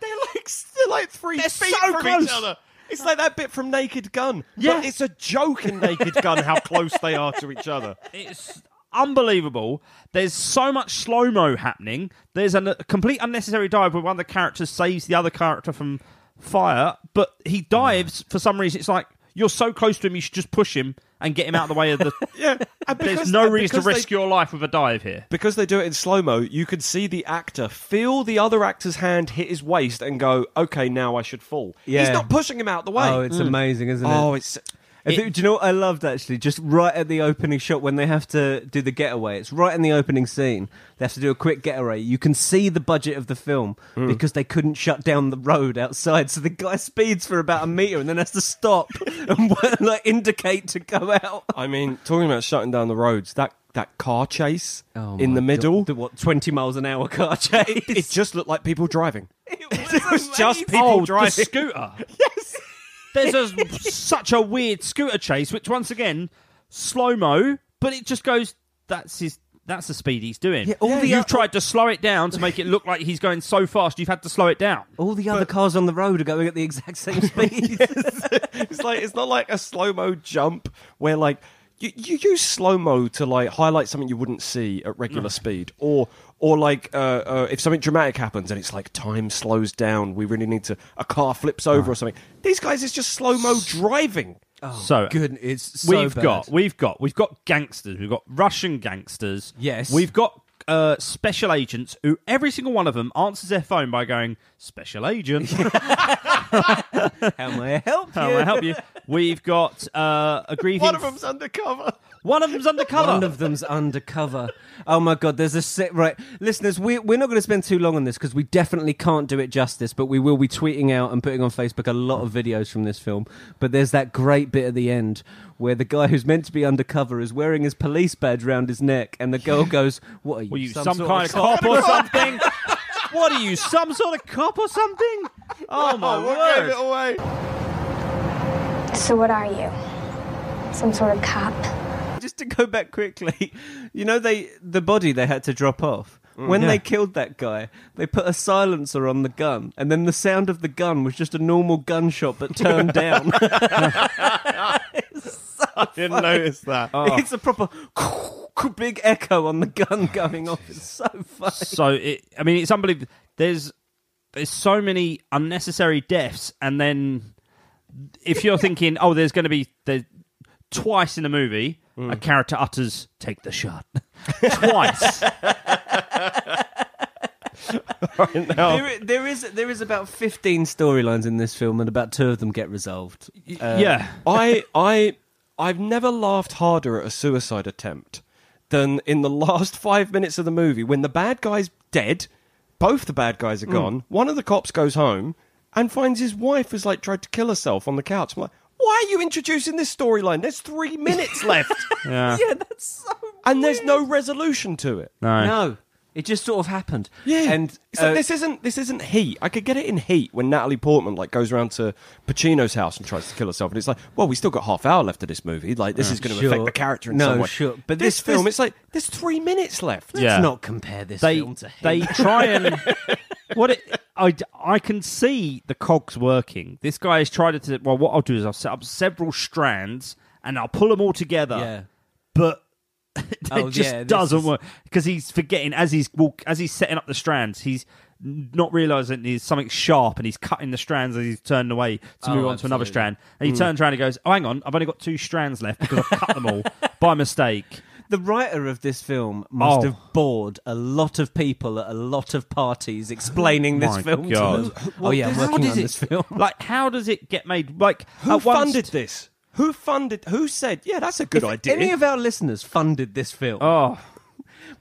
Speaker 2: they're like they're like 3
Speaker 1: They're
Speaker 2: feet
Speaker 1: so
Speaker 2: from
Speaker 1: close.
Speaker 2: each other. It's like that bit from Naked Gun.
Speaker 1: Yeah.
Speaker 2: but it's a joke in Naked Gun how close they are to each other.
Speaker 1: It's unbelievable. There's so much slow mo happening. There's an- a complete unnecessary dive where one of the characters saves the other character from fire, but he dives for some reason. It's like you're so close to him, you should just push him and get him out of the way of the.
Speaker 2: Yeah, and
Speaker 1: There's
Speaker 2: because-
Speaker 1: no
Speaker 2: and
Speaker 1: reason to
Speaker 2: because they-
Speaker 1: risk your life with a dive here.
Speaker 2: Because they do it in slow mo, you can see the actor feel the other actor's hand hit his waist and go, "Okay, now I should fall."
Speaker 3: Yeah.
Speaker 2: he's not pushing him out the way.
Speaker 3: Oh, it's amazing, isn't it?
Speaker 2: oh, it's
Speaker 3: I think- do you know what I loved actually? Just right at the opening shot when they have to do the getaway. It's right in the opening scene. They have to do a quick getaway. You can see the budget of the film
Speaker 1: Hmm.
Speaker 3: because they couldn't shut down the road outside. So the guy speeds for about a meter and then has to stop and like indicate to go out.
Speaker 2: I mean, talking about shutting down the roads, that that car chase in the middle,
Speaker 3: the, what twenty miles an hour car chase?
Speaker 2: it just looked like people driving.
Speaker 3: was,
Speaker 2: just people
Speaker 1: oh,
Speaker 2: driving.
Speaker 1: the scooter. yes. There's a, such a weird scooter chase, which once again, slow mo, but it just goes. That's his. That's the speed he's doing.
Speaker 3: all the
Speaker 1: you've
Speaker 3: o-
Speaker 1: tried to slow it down to make it look like he's going so fast. You've had to slow it down.
Speaker 3: All the other cars on the road are going at the exact same speed.
Speaker 2: It's like it's not like a slow mo jump where like you, you use slow mo to like highlight something you wouldn't see at regular speed, or or like uh, uh, if something dramatic happens and it's like time slows down, we really need to a car flips over or something. These guys is just slow mo driving.
Speaker 3: Oh.
Speaker 1: so
Speaker 3: good, it's so
Speaker 1: we've
Speaker 3: bad.
Speaker 1: got we've got we've got gangsters. We've got Russian gangsters.
Speaker 3: Yes.
Speaker 1: we've got. Uh, special agents who every single one of them answers their phone by going special agent
Speaker 3: How may I help you?
Speaker 1: how may I help you we've got uh, a grieving
Speaker 2: One of them's undercover.
Speaker 1: one of them's undercover
Speaker 3: One of them's undercover. Oh my god, there's a set right. Listeners, we we're not going to spend too long on this because we definitely can't do it justice, but we will be tweeting out and putting on Facebook a lot of videos from this film. But there's that great bit at the end where the guy who's meant to be undercover is wearing his police badge round his neck and the girl goes, "What are you?
Speaker 1: Were you some,
Speaker 3: sort
Speaker 1: kind of cop, or something? what are you, some sort of cop or something? Oh my word!
Speaker 2: away.
Speaker 9: So, what are you? Some sort of cop?
Speaker 3: just to go back quickly, you know they the body they had to drop off. when they killed that guy, they put a silencer on the gun, and then the sound of the gun was just a normal gunshot but turned down.
Speaker 2: Didn't notice that.
Speaker 1: Oh,
Speaker 3: It's a proper big echo on the gun going off. It's so funny.
Speaker 1: So it, I mean, it's unbelievable. There's there's so many unnecessary deaths, and then if you're thinking, oh, there's going to be there's twice in the movie a character utters "take the shot" twice.
Speaker 2: right
Speaker 1: Oh.
Speaker 2: now.
Speaker 3: There, there is there is about fifteen storylines in this film, and about two of them get resolved.
Speaker 1: yeah.
Speaker 2: I I I've never laughed harder at a suicide attempt than in the last five minutes of the movie when the bad guy's dead, both the bad guys
Speaker 3: Hmm.
Speaker 2: are gone. One of the cops goes home and finds his wife has like tried to kill herself on the couch. I'm like, why are you introducing this storyline? There's three minutes left,
Speaker 1: Yeah.
Speaker 3: that's so.
Speaker 2: and there's no resolution to it.
Speaker 1: No.
Speaker 3: No, it just sort of happened.
Speaker 2: Yeah,
Speaker 3: and
Speaker 2: it's like,
Speaker 3: uh,
Speaker 2: this isn't this isn't heat. I could get it in heat when Natalie Portman like goes around to Pacino's house and tries to kill herself, and it's like, well, we still got half hour left of this movie. Like this is going to affect
Speaker 3: Oh, Sure.
Speaker 2: the character in
Speaker 3: No,
Speaker 2: some way.
Speaker 3: sure. But
Speaker 2: this,
Speaker 3: this-
Speaker 2: film,
Speaker 3: this-
Speaker 2: it's like there's three minutes left.
Speaker 1: Yeah.
Speaker 3: Let's not compare this
Speaker 1: they
Speaker 3: film to him.
Speaker 1: they try and what it, I I can see the cogs working. This guy has tried to well. What I'll do is I'll set up several strands and I'll pull them all together.
Speaker 3: yeah.
Speaker 1: but it
Speaker 3: Oh,
Speaker 1: just
Speaker 3: yeah, this
Speaker 1: doesn't
Speaker 3: is-
Speaker 1: work because he's forgetting as he's walk as he's setting up the strands. He's not realizing there's something sharp and he's cutting the strands as he's turning away to move on to another
Speaker 3: Oh, absolutely. Hmm.
Speaker 1: strand. And he turns around and goes, "Oh, hang on, I've only got two strands left because I've cut them all by mistake."
Speaker 3: The writer of this film must
Speaker 1: Oh.
Speaker 3: have bored a lot of people at a lot of parties explaining this
Speaker 1: My
Speaker 3: film
Speaker 1: God.
Speaker 3: to them. Oh yeah, I'm working on this film.
Speaker 1: Like, how does it get made? Like,
Speaker 2: Who
Speaker 1: at one
Speaker 2: funded
Speaker 1: st-
Speaker 2: this? Who funded? Who said? Yeah, that's a good
Speaker 3: If
Speaker 2: idea.
Speaker 3: Any of our listeners funded this film?
Speaker 1: Oh,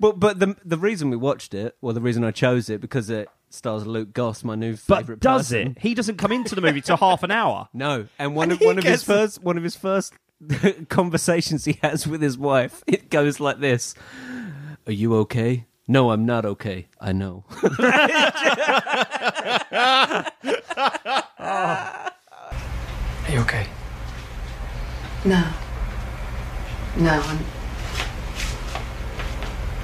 Speaker 3: But but the the reason we watched it, well, the reason I chose it because it stars Luke Goss, my new
Speaker 1: but
Speaker 3: favorite.
Speaker 1: does it? He doesn't come into the movie till half an hour.
Speaker 3: No, and one
Speaker 1: And
Speaker 3: of
Speaker 1: he
Speaker 3: one of his
Speaker 1: gets-
Speaker 3: first one of his first conversations he has with his wife, it goes like this: "Are you okay? No, I'm not okay. I know."
Speaker 10: Are you okay?
Speaker 6: No. No, I'm.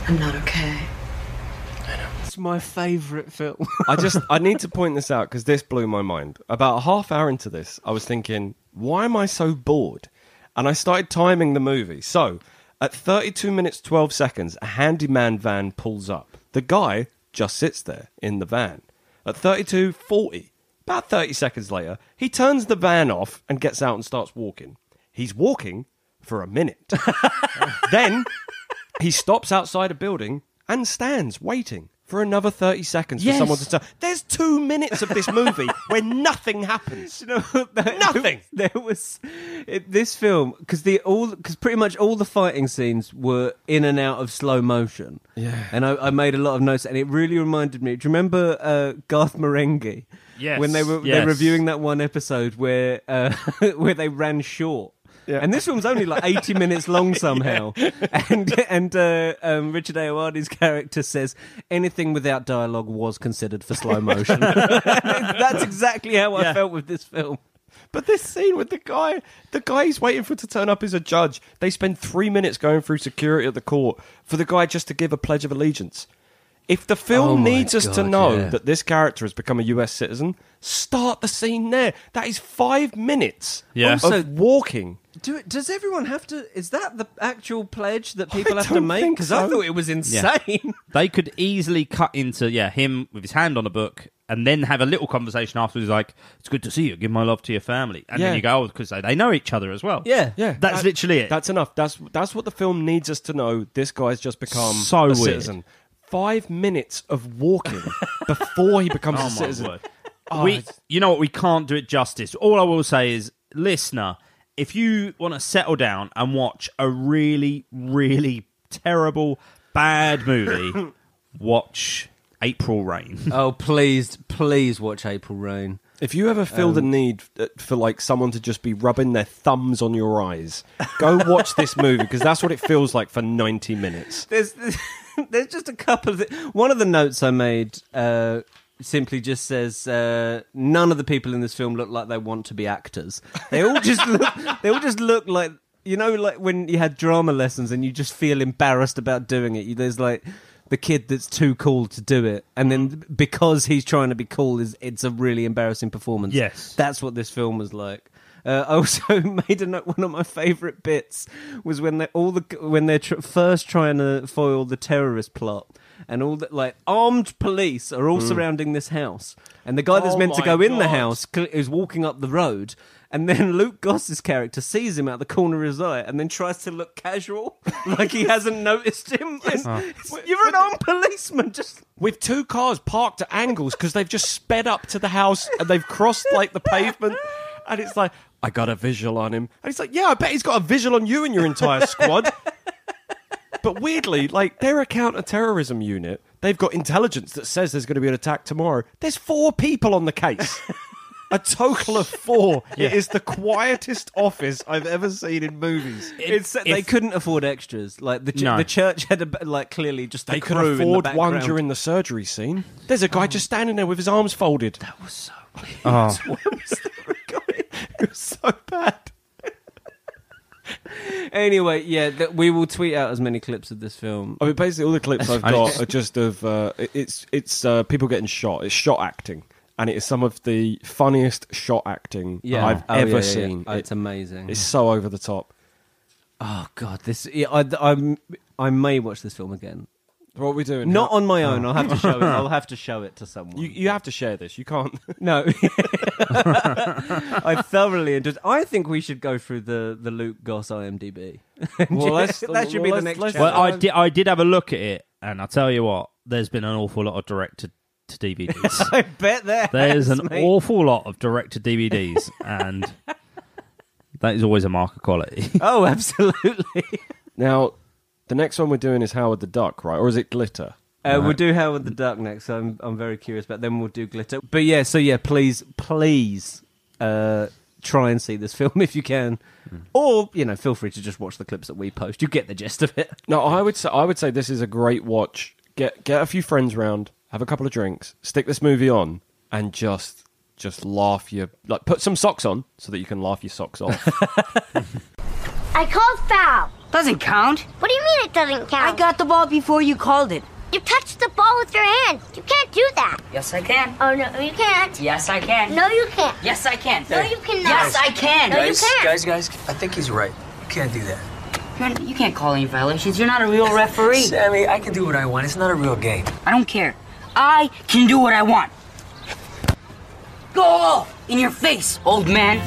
Speaker 6: I'm not okay.
Speaker 3: It's my favorite film.
Speaker 2: I just I need to point this out because this blew my mind. About a half hour into this, I was thinking, why am I so bored? And I started timing the movie. So at 32 minutes 12 seconds, a handyman van pulls up. The guy just sits there in the van. At 32:40, about 30 seconds later, he turns the van off and gets out and starts walking. He's walking for a minute. then he stops outside a building and stands waiting for another 30 seconds for someone to tell. There's two minutes of this movie where nothing happens. nothing.
Speaker 3: there was it, this film because the all because pretty much all the fighting scenes were in and out of slow motion.
Speaker 2: Yeah.
Speaker 3: and I, I made a lot of notes, and it really reminded me. Do you remember uh, Garth Marenghi?
Speaker 1: Yes,
Speaker 3: when they were
Speaker 1: yes.
Speaker 3: they're reviewing that one episode where uh, where they ran short.
Speaker 2: Yeah.
Speaker 3: And this film's only like 80 minutes long somehow. And and uh, um, Richard Ayoade's character says anything without dialogue was considered for slow motion. That's exactly how I
Speaker 1: Yeah.
Speaker 3: felt with this film.
Speaker 2: But this scene with the guy, the guy he's waiting for to turn up is a judge. They spend three minutes going through security at the court for the guy just to give a pledge of allegiance. If the
Speaker 3: Oh
Speaker 2: film
Speaker 3: my
Speaker 2: needs us to
Speaker 3: God,
Speaker 2: know
Speaker 3: yeah.
Speaker 2: that this character has become a US citizen, start the scene there. That is five minutes
Speaker 1: Yeah.
Speaker 3: Also-
Speaker 2: of walking.
Speaker 3: Do it, does everyone have to? Is that the actual pledge that people have to
Speaker 2: don't
Speaker 3: make?
Speaker 2: think
Speaker 3: Because
Speaker 2: so.
Speaker 3: I thought it was insane.
Speaker 1: They could easily cut into yeah him with his hand on a book and then have a little conversation afterwards like it's good to see you give my love to your family and
Speaker 2: Yeah.
Speaker 1: then you go because they, they know each other as well
Speaker 3: Yeah.
Speaker 2: Yeah,
Speaker 1: that's
Speaker 2: that-
Speaker 1: literally it
Speaker 2: That's enough. That's that's what the film needs us to know. This guy's just become
Speaker 1: So
Speaker 2: a
Speaker 1: weird.
Speaker 2: citizen. Five minutes of walking before he becomes a
Speaker 1: oh my
Speaker 2: citizen.
Speaker 1: word we you know what we can't do it justice all I will say is listener if you want to settle down and watch a really really terrible bad movie watch April Rain
Speaker 3: Oh, please, please watch April Rain.
Speaker 2: If you ever feel the need uh, for like someone to just be rubbing their thumbs on your eyes, go watch this movie because that's what it feels like for ninety minutes.
Speaker 3: There's, there's just a couple of. One of the notes I made uh, simply just says uh, none of the people in this film look like they want to be actors. They all just look. They all just look like you know, like when you had drama lessons and you just feel embarrassed about doing it. You, there's like. The kid that's too cool to do it, and then because he's trying to be cool, is it's a really embarrassing performance.
Speaker 1: Yes.
Speaker 3: That's what this film was like. Uh, I also made a note. One of my favourite bits was when they all the when they're tr- first trying to foil the terrorist plot, and all the like armed police are all
Speaker 2: Mm.
Speaker 3: surrounding this house. And the guy that's
Speaker 2: Oh
Speaker 3: meant to
Speaker 2: my
Speaker 3: go in the
Speaker 2: God.
Speaker 3: house cl- is walking up the road. And then Luke Goss's character sees him out the corner of his eye and then tries to look casual, like he hasn't noticed him.
Speaker 2: Uh.
Speaker 3: And You're an armed policeman, just
Speaker 2: with two cars parked at angles because they've just sped up to the house and they've crossed like the pavement, and it's like I got a visual on him, and it's like, yeah, I bet he's got a visual on you and your entire squad. but weirdly, like they're a counter-terrorism unit. They've got intelligence that says there's going to be an attack tomorrow. There's four people on the case. A total of four. It is the quietest office I've ever seen in movies.
Speaker 3: It's, they couldn't afford extras. Like the ch-
Speaker 2: No.
Speaker 3: the church had a, b- like clearly just the
Speaker 2: They could
Speaker 3: crew in the
Speaker 2: afford one
Speaker 3: background.
Speaker 2: during the surgery scene. There's a guy just standing there with his arms folded. That was so weird.
Speaker 3: Oh.
Speaker 2: it was so bad.
Speaker 3: Anyway, yeah, th- we will tweet out as many clips of this film.
Speaker 2: I mean, basically, all the clips I've got are just of uh, it- it's it's uh, people getting shot. It's shot acting, and it is some of the funniest shot acting
Speaker 3: Yeah.
Speaker 2: I've
Speaker 3: Oh,
Speaker 2: ever
Speaker 3: yeah, yeah, yeah.
Speaker 2: seen.
Speaker 3: Oh, it's amazing.
Speaker 2: It's so over the top.
Speaker 3: Oh God, this yeah, I, I'm I may watch this film again.
Speaker 2: What are we doing?
Speaker 3: Not
Speaker 2: How-
Speaker 3: on my own.
Speaker 2: Oh.
Speaker 3: I'll have to show it. I'll have to show it to someone.
Speaker 2: You, you have to share this. You can't.
Speaker 3: No, I thoroughly enjoyed. I think we should go through the the Luke Goss IMDb.
Speaker 2: Well, let's-
Speaker 3: that should be
Speaker 2: well, let's-
Speaker 3: the next.
Speaker 2: let's-
Speaker 3: chapter.
Speaker 2: Well,
Speaker 1: I did. I did have a look at it, and I tell you what, there's been an awful lot of direct to, to DVDs.
Speaker 3: I bet there
Speaker 1: There's
Speaker 3: has,
Speaker 1: an
Speaker 3: mate.
Speaker 1: awful lot of direct to DVDs, and that is always a mark of quality.
Speaker 3: Oh, absolutely.
Speaker 2: Now, the next one we're doing is Howard the Duck, right? Or is it Glitter?
Speaker 3: Uh, We'll do Howard the Duck next. so I'm I'm very curious, but then we'll do Glitter. But yeah, so yeah, please, please, uh, try and see this film if you can, or you know, feel free to just watch the clips that we post. You get the gist of it.
Speaker 2: No, I would say I would say this is a great watch. Get get a few friends round, have a couple of drinks, stick this movie on, and just just laugh your like put some socks on so that you can laugh your socks off.
Speaker 9: I called foul.
Speaker 11: Doesn't count.
Speaker 9: What do you mean it doesn't
Speaker 11: I
Speaker 9: count?
Speaker 11: got the ball before you called it.
Speaker 9: You touched the ball with your hand. You can't do that.
Speaker 11: Yes, I can.
Speaker 9: Oh no, you can't.
Speaker 11: Yes, I can.
Speaker 9: No, you can't.
Speaker 11: Yes, I can.
Speaker 9: No, you cannot.
Speaker 11: Yes, I can.
Speaker 9: No, you
Speaker 10: guys,
Speaker 9: can't.
Speaker 10: guys, guys, I think he's right. You can't do that.
Speaker 11: You're- you can't call any violations. You're not a real referee.
Speaker 10: Sammy, I can do what I want. It's not a real game.
Speaker 11: I don't care. I can do what I want. Go in your face, old man.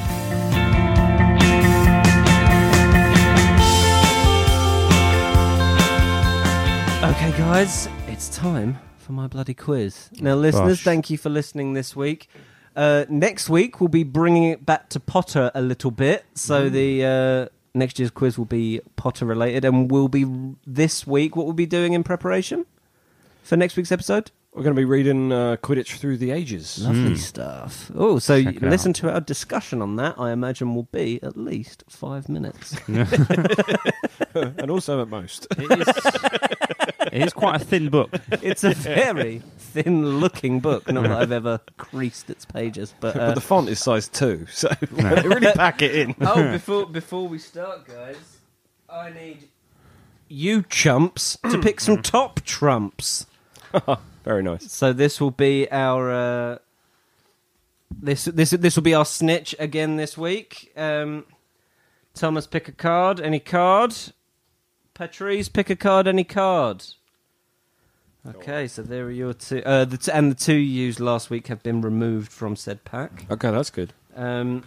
Speaker 3: Okay, guys, it's time for my bloody quiz. Now, listeners,
Speaker 2: gosh.
Speaker 3: thank you for listening this week. Uh, next week, we'll be bringing it back to Potter a little bit. So,
Speaker 2: Mm.
Speaker 3: the uh, next year's quiz will be Potter related, and we'll be this week what we'll be doing in preparation for next week's episode.
Speaker 2: We're going to be reading uh, Quidditch through the ages.
Speaker 3: Lovely stuff. Oh, so
Speaker 2: Hmm. Check it
Speaker 3: listen to our discussion on that. I imagine will be at least five minutes.
Speaker 2: and also at most.
Speaker 1: it is quite a thin book.
Speaker 3: It's a very thin-looking book. Not that I've ever creased its pages, but, uh,
Speaker 2: but the font is size two, so they really pack it in.
Speaker 3: oh, before before we start, guys, I need you chumps to pick some top trumps.
Speaker 2: Very nice.
Speaker 3: So this will be our uh, this this this will be our snitch again this week. Um, Thomas, pick a card. Any card. Patrice, pick a card. Any card. Okay, so there are your two, uh, the t- and the two you used last week have been removed from said pack.
Speaker 2: Okay, that's good.
Speaker 3: Um,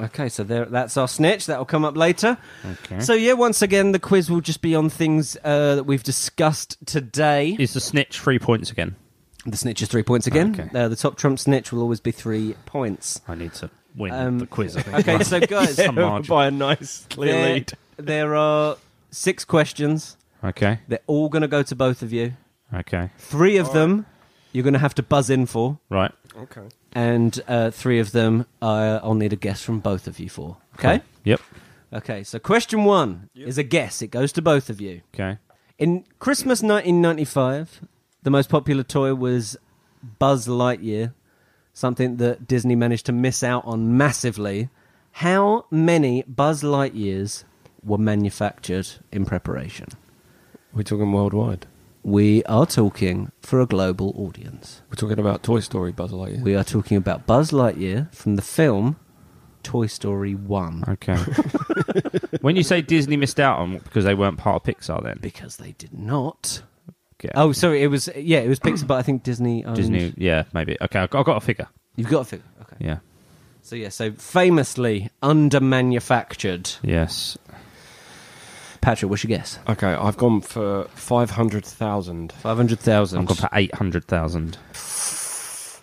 Speaker 3: okay, so there, that's our snitch. That'll come up later.
Speaker 1: Okay.
Speaker 3: So yeah, once again, the quiz will just be on things uh, that we've discussed today.
Speaker 1: Is the snitch three points again?
Speaker 3: The snitch is three points again. Uh, the top Trump snitch will always be three points.
Speaker 1: I need to win
Speaker 3: Um,
Speaker 1: the quiz. I think.
Speaker 3: Okay, so guys,
Speaker 1: Some margin.
Speaker 2: by a nice clear
Speaker 3: there,
Speaker 2: lead.
Speaker 3: there are six questions.
Speaker 1: Okay.
Speaker 3: They're all going to go to both of you.
Speaker 1: Okay.
Speaker 3: Three of them you're going to have to buzz in for.
Speaker 1: Right.
Speaker 2: Okay.
Speaker 3: And uh, three of them uh, I'll need a guess from both of you for. Okay?
Speaker 1: Yep.
Speaker 3: Okay, so question one is a guess. It goes to both of you.
Speaker 1: Okay.
Speaker 3: In Christmas 1995, the most popular toy was Buzz Lightyear, something that Disney managed to miss out on massively. How many Buzz Lightyears were manufactured in preparation?
Speaker 2: We're talking worldwide.
Speaker 3: We are talking for a global audience.
Speaker 2: We're talking about Toy Story, Buzz Lightyear.
Speaker 3: We are talking about Buzz Lightyear from the film Toy Story 1.
Speaker 1: Okay. when you say Disney missed out on because they weren't part of Pixar, then
Speaker 3: Because they did not Oh, sorry. It was yeah. It was Pixar, but I think Disney. Owned.
Speaker 1: Disney, yeah, maybe. Okay, I've got, I've got a figure.
Speaker 3: You've got a figure. Okay.
Speaker 1: Yeah.
Speaker 3: So yeah. So famously under manufactured.
Speaker 1: Yes.
Speaker 3: Patrick, what's your guess?
Speaker 2: Okay, I've gone for 500,000.
Speaker 3: 500,000.
Speaker 1: I've gone for 800,000.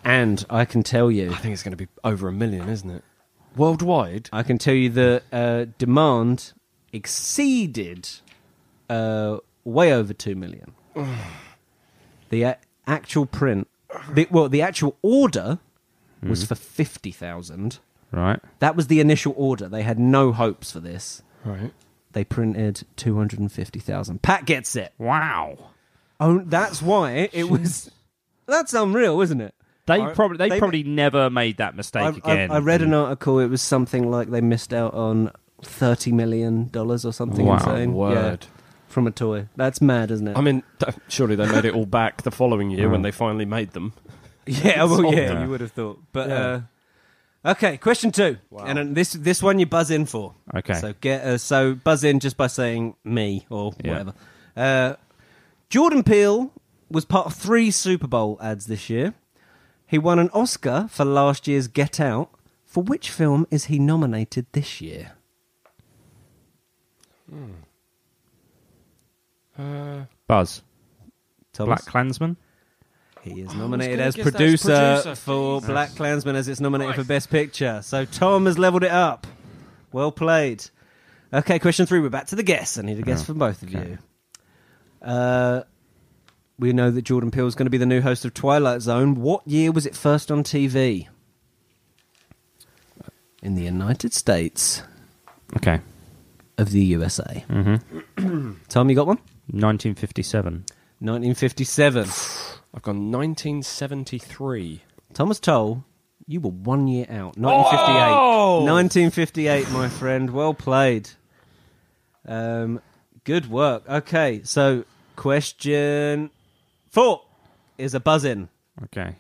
Speaker 3: And I can tell you.
Speaker 2: I think it's going to be over a million, isn't it? Worldwide?
Speaker 3: I can tell you the uh, demand exceeded uh, way over 2 million. the a- actual print, the, well, the actual order was
Speaker 1: Mhm.
Speaker 3: for 50,000.
Speaker 1: Right.
Speaker 3: That was the initial order. They had no hopes for this.
Speaker 2: Right.
Speaker 3: They printed 250,000. Pat gets it.
Speaker 1: Wow.
Speaker 3: Oh, that's why it was. That's unreal, isn't it?
Speaker 1: They
Speaker 3: I-
Speaker 1: probably they,
Speaker 3: they-
Speaker 1: probably never made that mistake
Speaker 3: I, I-
Speaker 1: again. Mm.
Speaker 3: I read an article. It was something like they missed out on thirty million dollars or something
Speaker 2: Wow,
Speaker 3: insane.
Speaker 2: word.
Speaker 3: from a toy. That's mad, isn't it?
Speaker 2: I mean, th- surely they made it all back the following year
Speaker 1: Mm.
Speaker 2: when they finally made them.
Speaker 3: yeah, well,
Speaker 2: Sold
Speaker 3: yeah,
Speaker 2: them.
Speaker 3: you would have thought. But
Speaker 2: Yeah.
Speaker 3: uh, okay, question two, and uh, this this one you buzz in for.
Speaker 1: Okay.
Speaker 3: so get uh, so buzz in just by saying me or
Speaker 1: Yeah.
Speaker 3: whatever. Uh, Jordan Peele was part of three Super Bowl ads this year. He won an Oscar for last year's Get Out. For which film is he nominated this year?
Speaker 1: Buzz.
Speaker 3: Thomas?
Speaker 1: Black Klansman.
Speaker 3: He is nominated
Speaker 2: Oh, gonna
Speaker 3: as
Speaker 2: guess that's
Speaker 3: producer,
Speaker 2: producer,
Speaker 3: for Black Klansman as it's nominated for Best Picture. So Tom has leveled it up. Well played. Okay, question three. We're back to the guess. I need a
Speaker 1: Oh,
Speaker 3: guess from both of you. Uh, we know that Jordan Peele is going to be the new host of Twilight Zone. What year was it first on TV? In the United States
Speaker 1: Okay.
Speaker 3: of the USA.
Speaker 1: hmm
Speaker 3: Tom, you got one?
Speaker 1: 1957.
Speaker 3: 1957.
Speaker 2: I've gone 1973.
Speaker 3: Thomas Toll, you were one year out. 1958. 1958, my friend. Well played. Um, good work. Okay, so question four is a buzz in.
Speaker 1: Okay.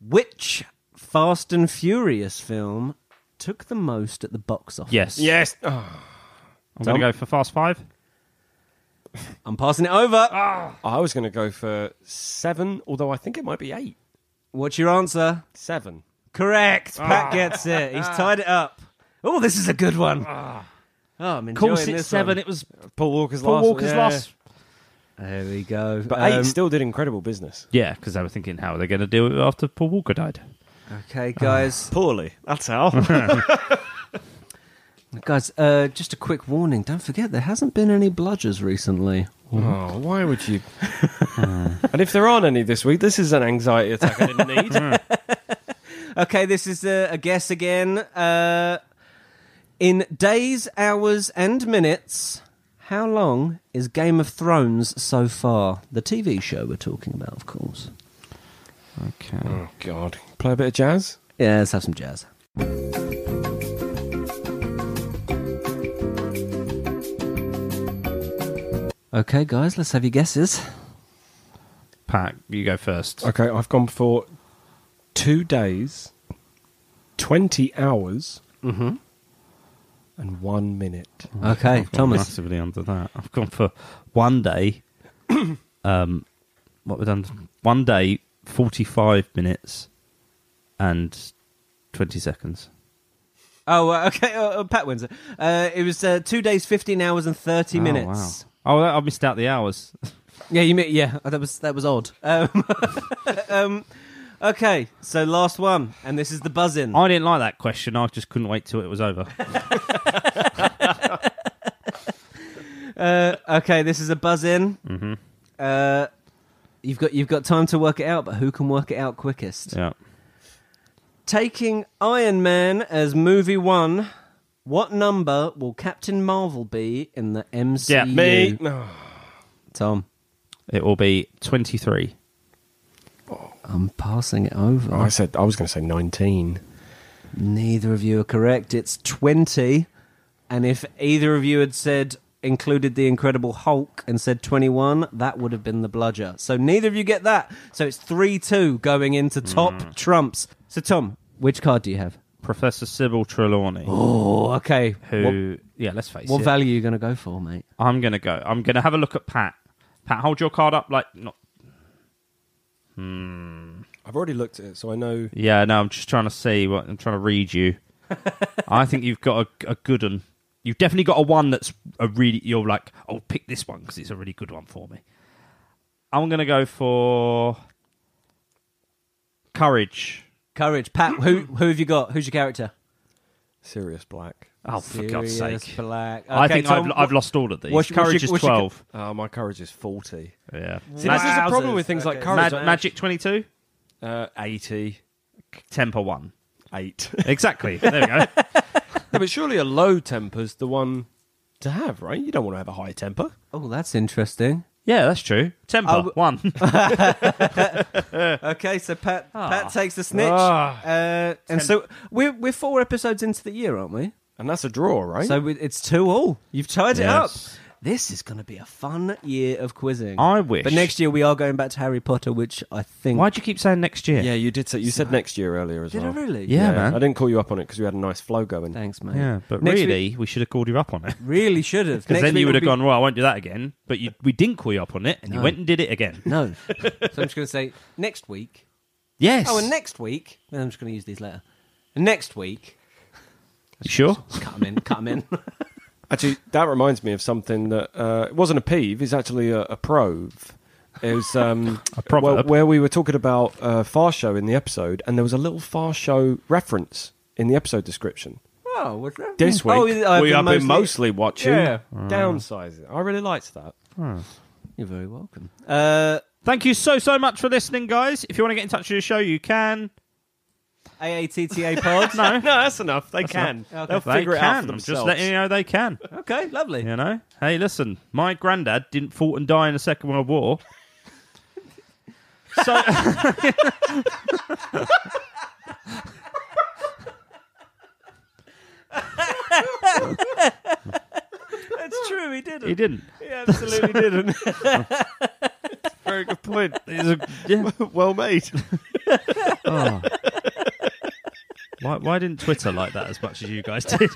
Speaker 3: Which Fast and Furious film took the most at the box office?
Speaker 1: Yes.
Speaker 2: Yes.
Speaker 1: I'm going to
Speaker 3: Tom?
Speaker 1: go for Fast Five.
Speaker 3: I'm passing it over.
Speaker 1: Ah.
Speaker 2: I was going to go for seven, although I think it might be eight.
Speaker 3: What's your answer?
Speaker 2: Seven.
Speaker 3: Correct.
Speaker 1: Ah.
Speaker 3: Pat gets it. He's tied it up. Oh, this is a good one. Oh, I'm enjoying
Speaker 1: Ah. course it's
Speaker 3: this
Speaker 1: seven.
Speaker 3: one.
Speaker 1: It was
Speaker 2: Paul Walker's
Speaker 1: Paul
Speaker 2: last.
Speaker 1: Walker's
Speaker 2: yeah.
Speaker 1: last.
Speaker 3: There we go.
Speaker 2: But
Speaker 3: Um,
Speaker 2: eight still did incredible business.
Speaker 1: Yeah, because they were thinking how are they going to do it after Paul Walker died.
Speaker 3: Um, Okay, guys.
Speaker 2: Poorly. That's how.
Speaker 3: Guys, uh, just a quick warning. Don't forget, there hasn't been any bludgers recently.
Speaker 2: Oh, why would you? and if there aren't any this week, this is an anxiety attack I didn't need.
Speaker 3: Okay, this is a, a guess again. Uh, in days, hours, and minutes, how long is Game of Thrones so far? The TV show we're talking about, of course.
Speaker 1: Okay.
Speaker 2: oh God! Play a bit of jazz.
Speaker 3: Yeah, let's have some jazz. Okay, guys, let's have your guesses.
Speaker 1: Pat, you go first.
Speaker 2: Okay, I've gone for two days, twenty hours, Mm-hmm.
Speaker 3: Mhm.
Speaker 2: and one minute.
Speaker 3: Okay,
Speaker 1: I've gone
Speaker 3: Thomas.
Speaker 1: Massively under that. I've gone for one day. um, what we done? One day, forty-five minutes, and twenty seconds.
Speaker 3: Oh, uh, okay. Uh, uh, Pat wins it. Uh, it was uh, two days, fifteen hours, and thirty minutes.
Speaker 1: Oh, wow. oh, that- I missed out the hours.
Speaker 3: Yeah, you. mi- Yeah, uh, that was that was odd. Um, um, okay, so last one, and this is the buzz in.
Speaker 1: I didn't like that question. I just couldn't wait till it was over.
Speaker 3: Uh, okay, this is a buzz in. Mm-hmm. Uh, you've got you've got time to work it out, but who can work it out quickest?
Speaker 1: yeah.
Speaker 3: Taking Iron Man as movie one. What number will Captain Marvel be in the MCU?
Speaker 1: Yeah,
Speaker 2: Me. No.
Speaker 3: Tom.
Speaker 1: It will be twenty-three.
Speaker 3: I'm passing it over.
Speaker 2: I said I was going to say nineteen.
Speaker 3: Neither of you are correct. It's 20. And if either of you had said, included the Incredible Hulk and said 21, that would have been the bludger. So neither of you get that. So it's 3 2 going into top
Speaker 1: Hmm.
Speaker 3: trumps. So, Tom, which card do you have?
Speaker 1: Professor Sybil Trelawney.
Speaker 3: Oh, okay.
Speaker 1: Who?
Speaker 3: What,
Speaker 1: yeah. Let's face
Speaker 3: what
Speaker 1: it.
Speaker 3: value are you going to go for, mate?
Speaker 1: I'm gonna go. I'm gonna have a look at Pat Pat, hold your card up. Like, not. Hmm.
Speaker 2: I've already looked at it, so I know.
Speaker 1: Yeah, no, I'm just trying to see. What I'm trying to read you. I think you've got a, a good one. You've definitely got a one that's a really. You're like, oh, pick this one because it's a really good one for me. I'm gonna go for courage.
Speaker 3: Courage, Pat. Who who have you got? Who's your character?
Speaker 2: Sirius Black.
Speaker 1: Oh, for God's
Speaker 3: Sirius
Speaker 1: sake.
Speaker 3: Black.
Speaker 1: I think
Speaker 3: Tom,
Speaker 1: I've,
Speaker 3: what-
Speaker 1: I've lost all of these.
Speaker 3: what's your- what's
Speaker 1: courage
Speaker 3: your-
Speaker 1: is
Speaker 3: what's your-
Speaker 1: 12.
Speaker 2: Oh, my courage is 40.
Speaker 1: yeah.
Speaker 2: See, this is the problem with things like
Speaker 3: Okay.
Speaker 2: courage.
Speaker 1: Mag-
Speaker 2: I-
Speaker 1: Magic 22?
Speaker 2: Uh, 80.
Speaker 1: Temper 1.
Speaker 2: 8.
Speaker 1: Exactly. There we go.
Speaker 2: no, but surely a low temper's the one to have, right? You don't want to have a high temper.
Speaker 3: Oh, that's interesting.
Speaker 1: Yeah, that's true. Temper
Speaker 3: I w-
Speaker 1: 1.
Speaker 3: Okay, so Pat Pat takes the snitch,
Speaker 2: Ah.
Speaker 3: uh, and so we're we're four episodes into the year, aren't we?
Speaker 2: And that's a draw, right?
Speaker 3: So we, it's two all. You've tied
Speaker 1: Yes.
Speaker 3: it up. This is going to be a fun year of quizzing.
Speaker 1: I wish.
Speaker 3: But next year we are going back to Harry Potter, which I think.
Speaker 1: Why'd you keep saying next year?
Speaker 2: yeah, you did say you said next year earlier as
Speaker 3: Did I
Speaker 2: well.
Speaker 3: really?
Speaker 1: Yeah, man.
Speaker 2: Um, I didn't call you up on it because we had a nice flow going.
Speaker 3: Thanks, mate.
Speaker 1: Yeah, but
Speaker 3: Next week-
Speaker 1: really, we should have called you up on it.
Speaker 3: Really should have.
Speaker 1: Because
Speaker 3: Next
Speaker 1: then
Speaker 3: week
Speaker 1: you would
Speaker 3: will
Speaker 1: have
Speaker 3: be-
Speaker 1: gone, well, I won't do that again. But you, we didn't call you up on it, and you
Speaker 3: No.
Speaker 1: went and did it again.
Speaker 3: No. so I'm just going to say next week.
Speaker 1: Yes.
Speaker 3: Oh, and next week. and I'm just going to use these later. Next week.
Speaker 1: You sure?
Speaker 3: Cut 'em in. Cut 'em in.
Speaker 2: Actually, that reminds me of something that uh, it wasn't a peeve. It's actually a, a prove. It was um,
Speaker 1: A proverb.
Speaker 2: Where, where we were talking about uh, far show in the episode, and there was a little far show reference in the episode description.
Speaker 3: oh, what's that?
Speaker 2: This week
Speaker 3: Oh, I've
Speaker 2: we
Speaker 3: been
Speaker 2: have been mostly
Speaker 3: mostly-
Speaker 2: watching
Speaker 3: Yeah.
Speaker 1: Mm.
Speaker 2: downsizing. I really liked that.
Speaker 3: You're very welcome. Uh,
Speaker 1: Thank you so, so much for listening, guys. If you want to get in touch with the show, you can.
Speaker 3: AATTA pod.
Speaker 1: No.
Speaker 2: that's enough. They can.
Speaker 3: enough.
Speaker 2: They'll
Speaker 3: Okay.
Speaker 1: They
Speaker 2: figure it
Speaker 1: can.
Speaker 2: out for
Speaker 1: I'm
Speaker 2: themselves.
Speaker 1: just letting you know they can.
Speaker 3: Okay, lovely.
Speaker 1: You know? Hey, listen, my granddad didn't fought and die in the Second World War. so.
Speaker 3: That's true. He didn't.
Speaker 1: He didn't.
Speaker 3: He absolutely didn't.
Speaker 1: Very good point. He's a- yeah.
Speaker 2: well made.
Speaker 3: Oh.
Speaker 1: why, why didn't Twitter like that as much as you guys did?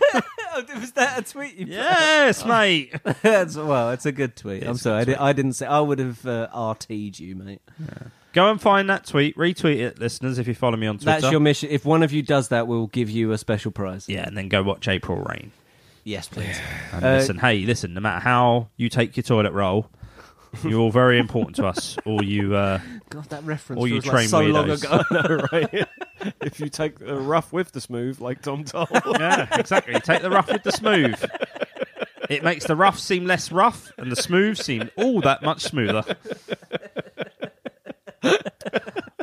Speaker 3: Was that a tweet? You
Speaker 1: yes, mate.
Speaker 3: That's, well, it's a good tweet. I'm
Speaker 1: is a
Speaker 3: sorry, I,
Speaker 1: good
Speaker 3: di- I didn't say. I would have uh, RT'd you, mate.
Speaker 1: Go and find that tweet. Retweet it, listeners, if you follow me on Twitter.
Speaker 3: That's your mission. If one of you does that, we'll give you a special prize.
Speaker 1: yeah, and then go watch April Rain.
Speaker 3: Yes, please.
Speaker 1: And
Speaker 3: Uh,
Speaker 1: listen, hey, listen, no matter how you take your toilet roll, you're all very important to us. Or you, uh,
Speaker 3: God, that reference
Speaker 1: All you
Speaker 3: feels like
Speaker 1: train
Speaker 3: so long
Speaker 1: weirdos.
Speaker 3: ago.
Speaker 2: right? if you take the rough with the smooth, like Tom told.
Speaker 1: yeah, exactly. Take the rough with the smooth. It makes the rough seem less rough and the smooth seem all that much smoother.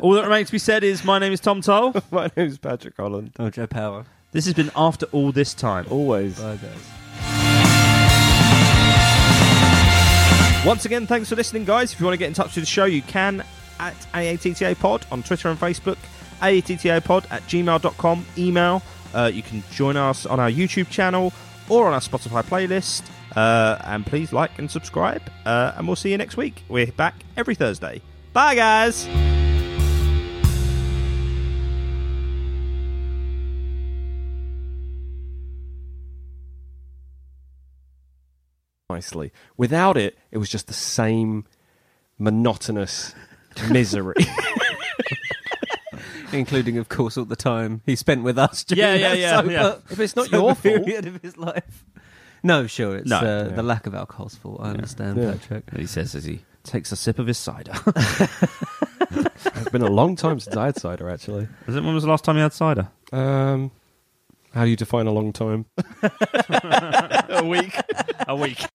Speaker 1: all that remains to be said is my name is Tom Toll.
Speaker 2: My name's Patrick Holland.
Speaker 3: oh, Joe Power.
Speaker 1: This has been After All This Time.
Speaker 2: Always.
Speaker 3: Bye, guys.
Speaker 1: Once again, thanks for listening, guys. If you want to get in touch with the show, you can at AATTA Pod on Twitter and Facebook, AATTA Pod at gmail.com, email. Uh, you can join us on our YouTube channel or on our Spotify playlist. Uh, and please like and subscribe. Uh, and we'll see you next week. We're back every Thursday. Bye, guys.
Speaker 2: Nicely. Without it, it was just the same monotonous misery.
Speaker 3: Including, of course, all the time he spent with us. During
Speaker 1: Yeah, yeah,
Speaker 3: that
Speaker 1: yeah,
Speaker 3: sober-
Speaker 1: yeah.
Speaker 2: if it's not
Speaker 3: sober
Speaker 2: your fault,
Speaker 3: period of his life. No, sure, it's
Speaker 1: No.
Speaker 3: uh,
Speaker 2: Yeah.
Speaker 3: the lack of alcohol's fault. I understand,
Speaker 2: Yeah.
Speaker 3: Patrick.
Speaker 1: He says as he takes a sip of his cider.
Speaker 2: it's been a long time since I had cider, actually.
Speaker 1: when was the last time you had cider?
Speaker 2: Um, how do you define a long time?
Speaker 1: A week. a week.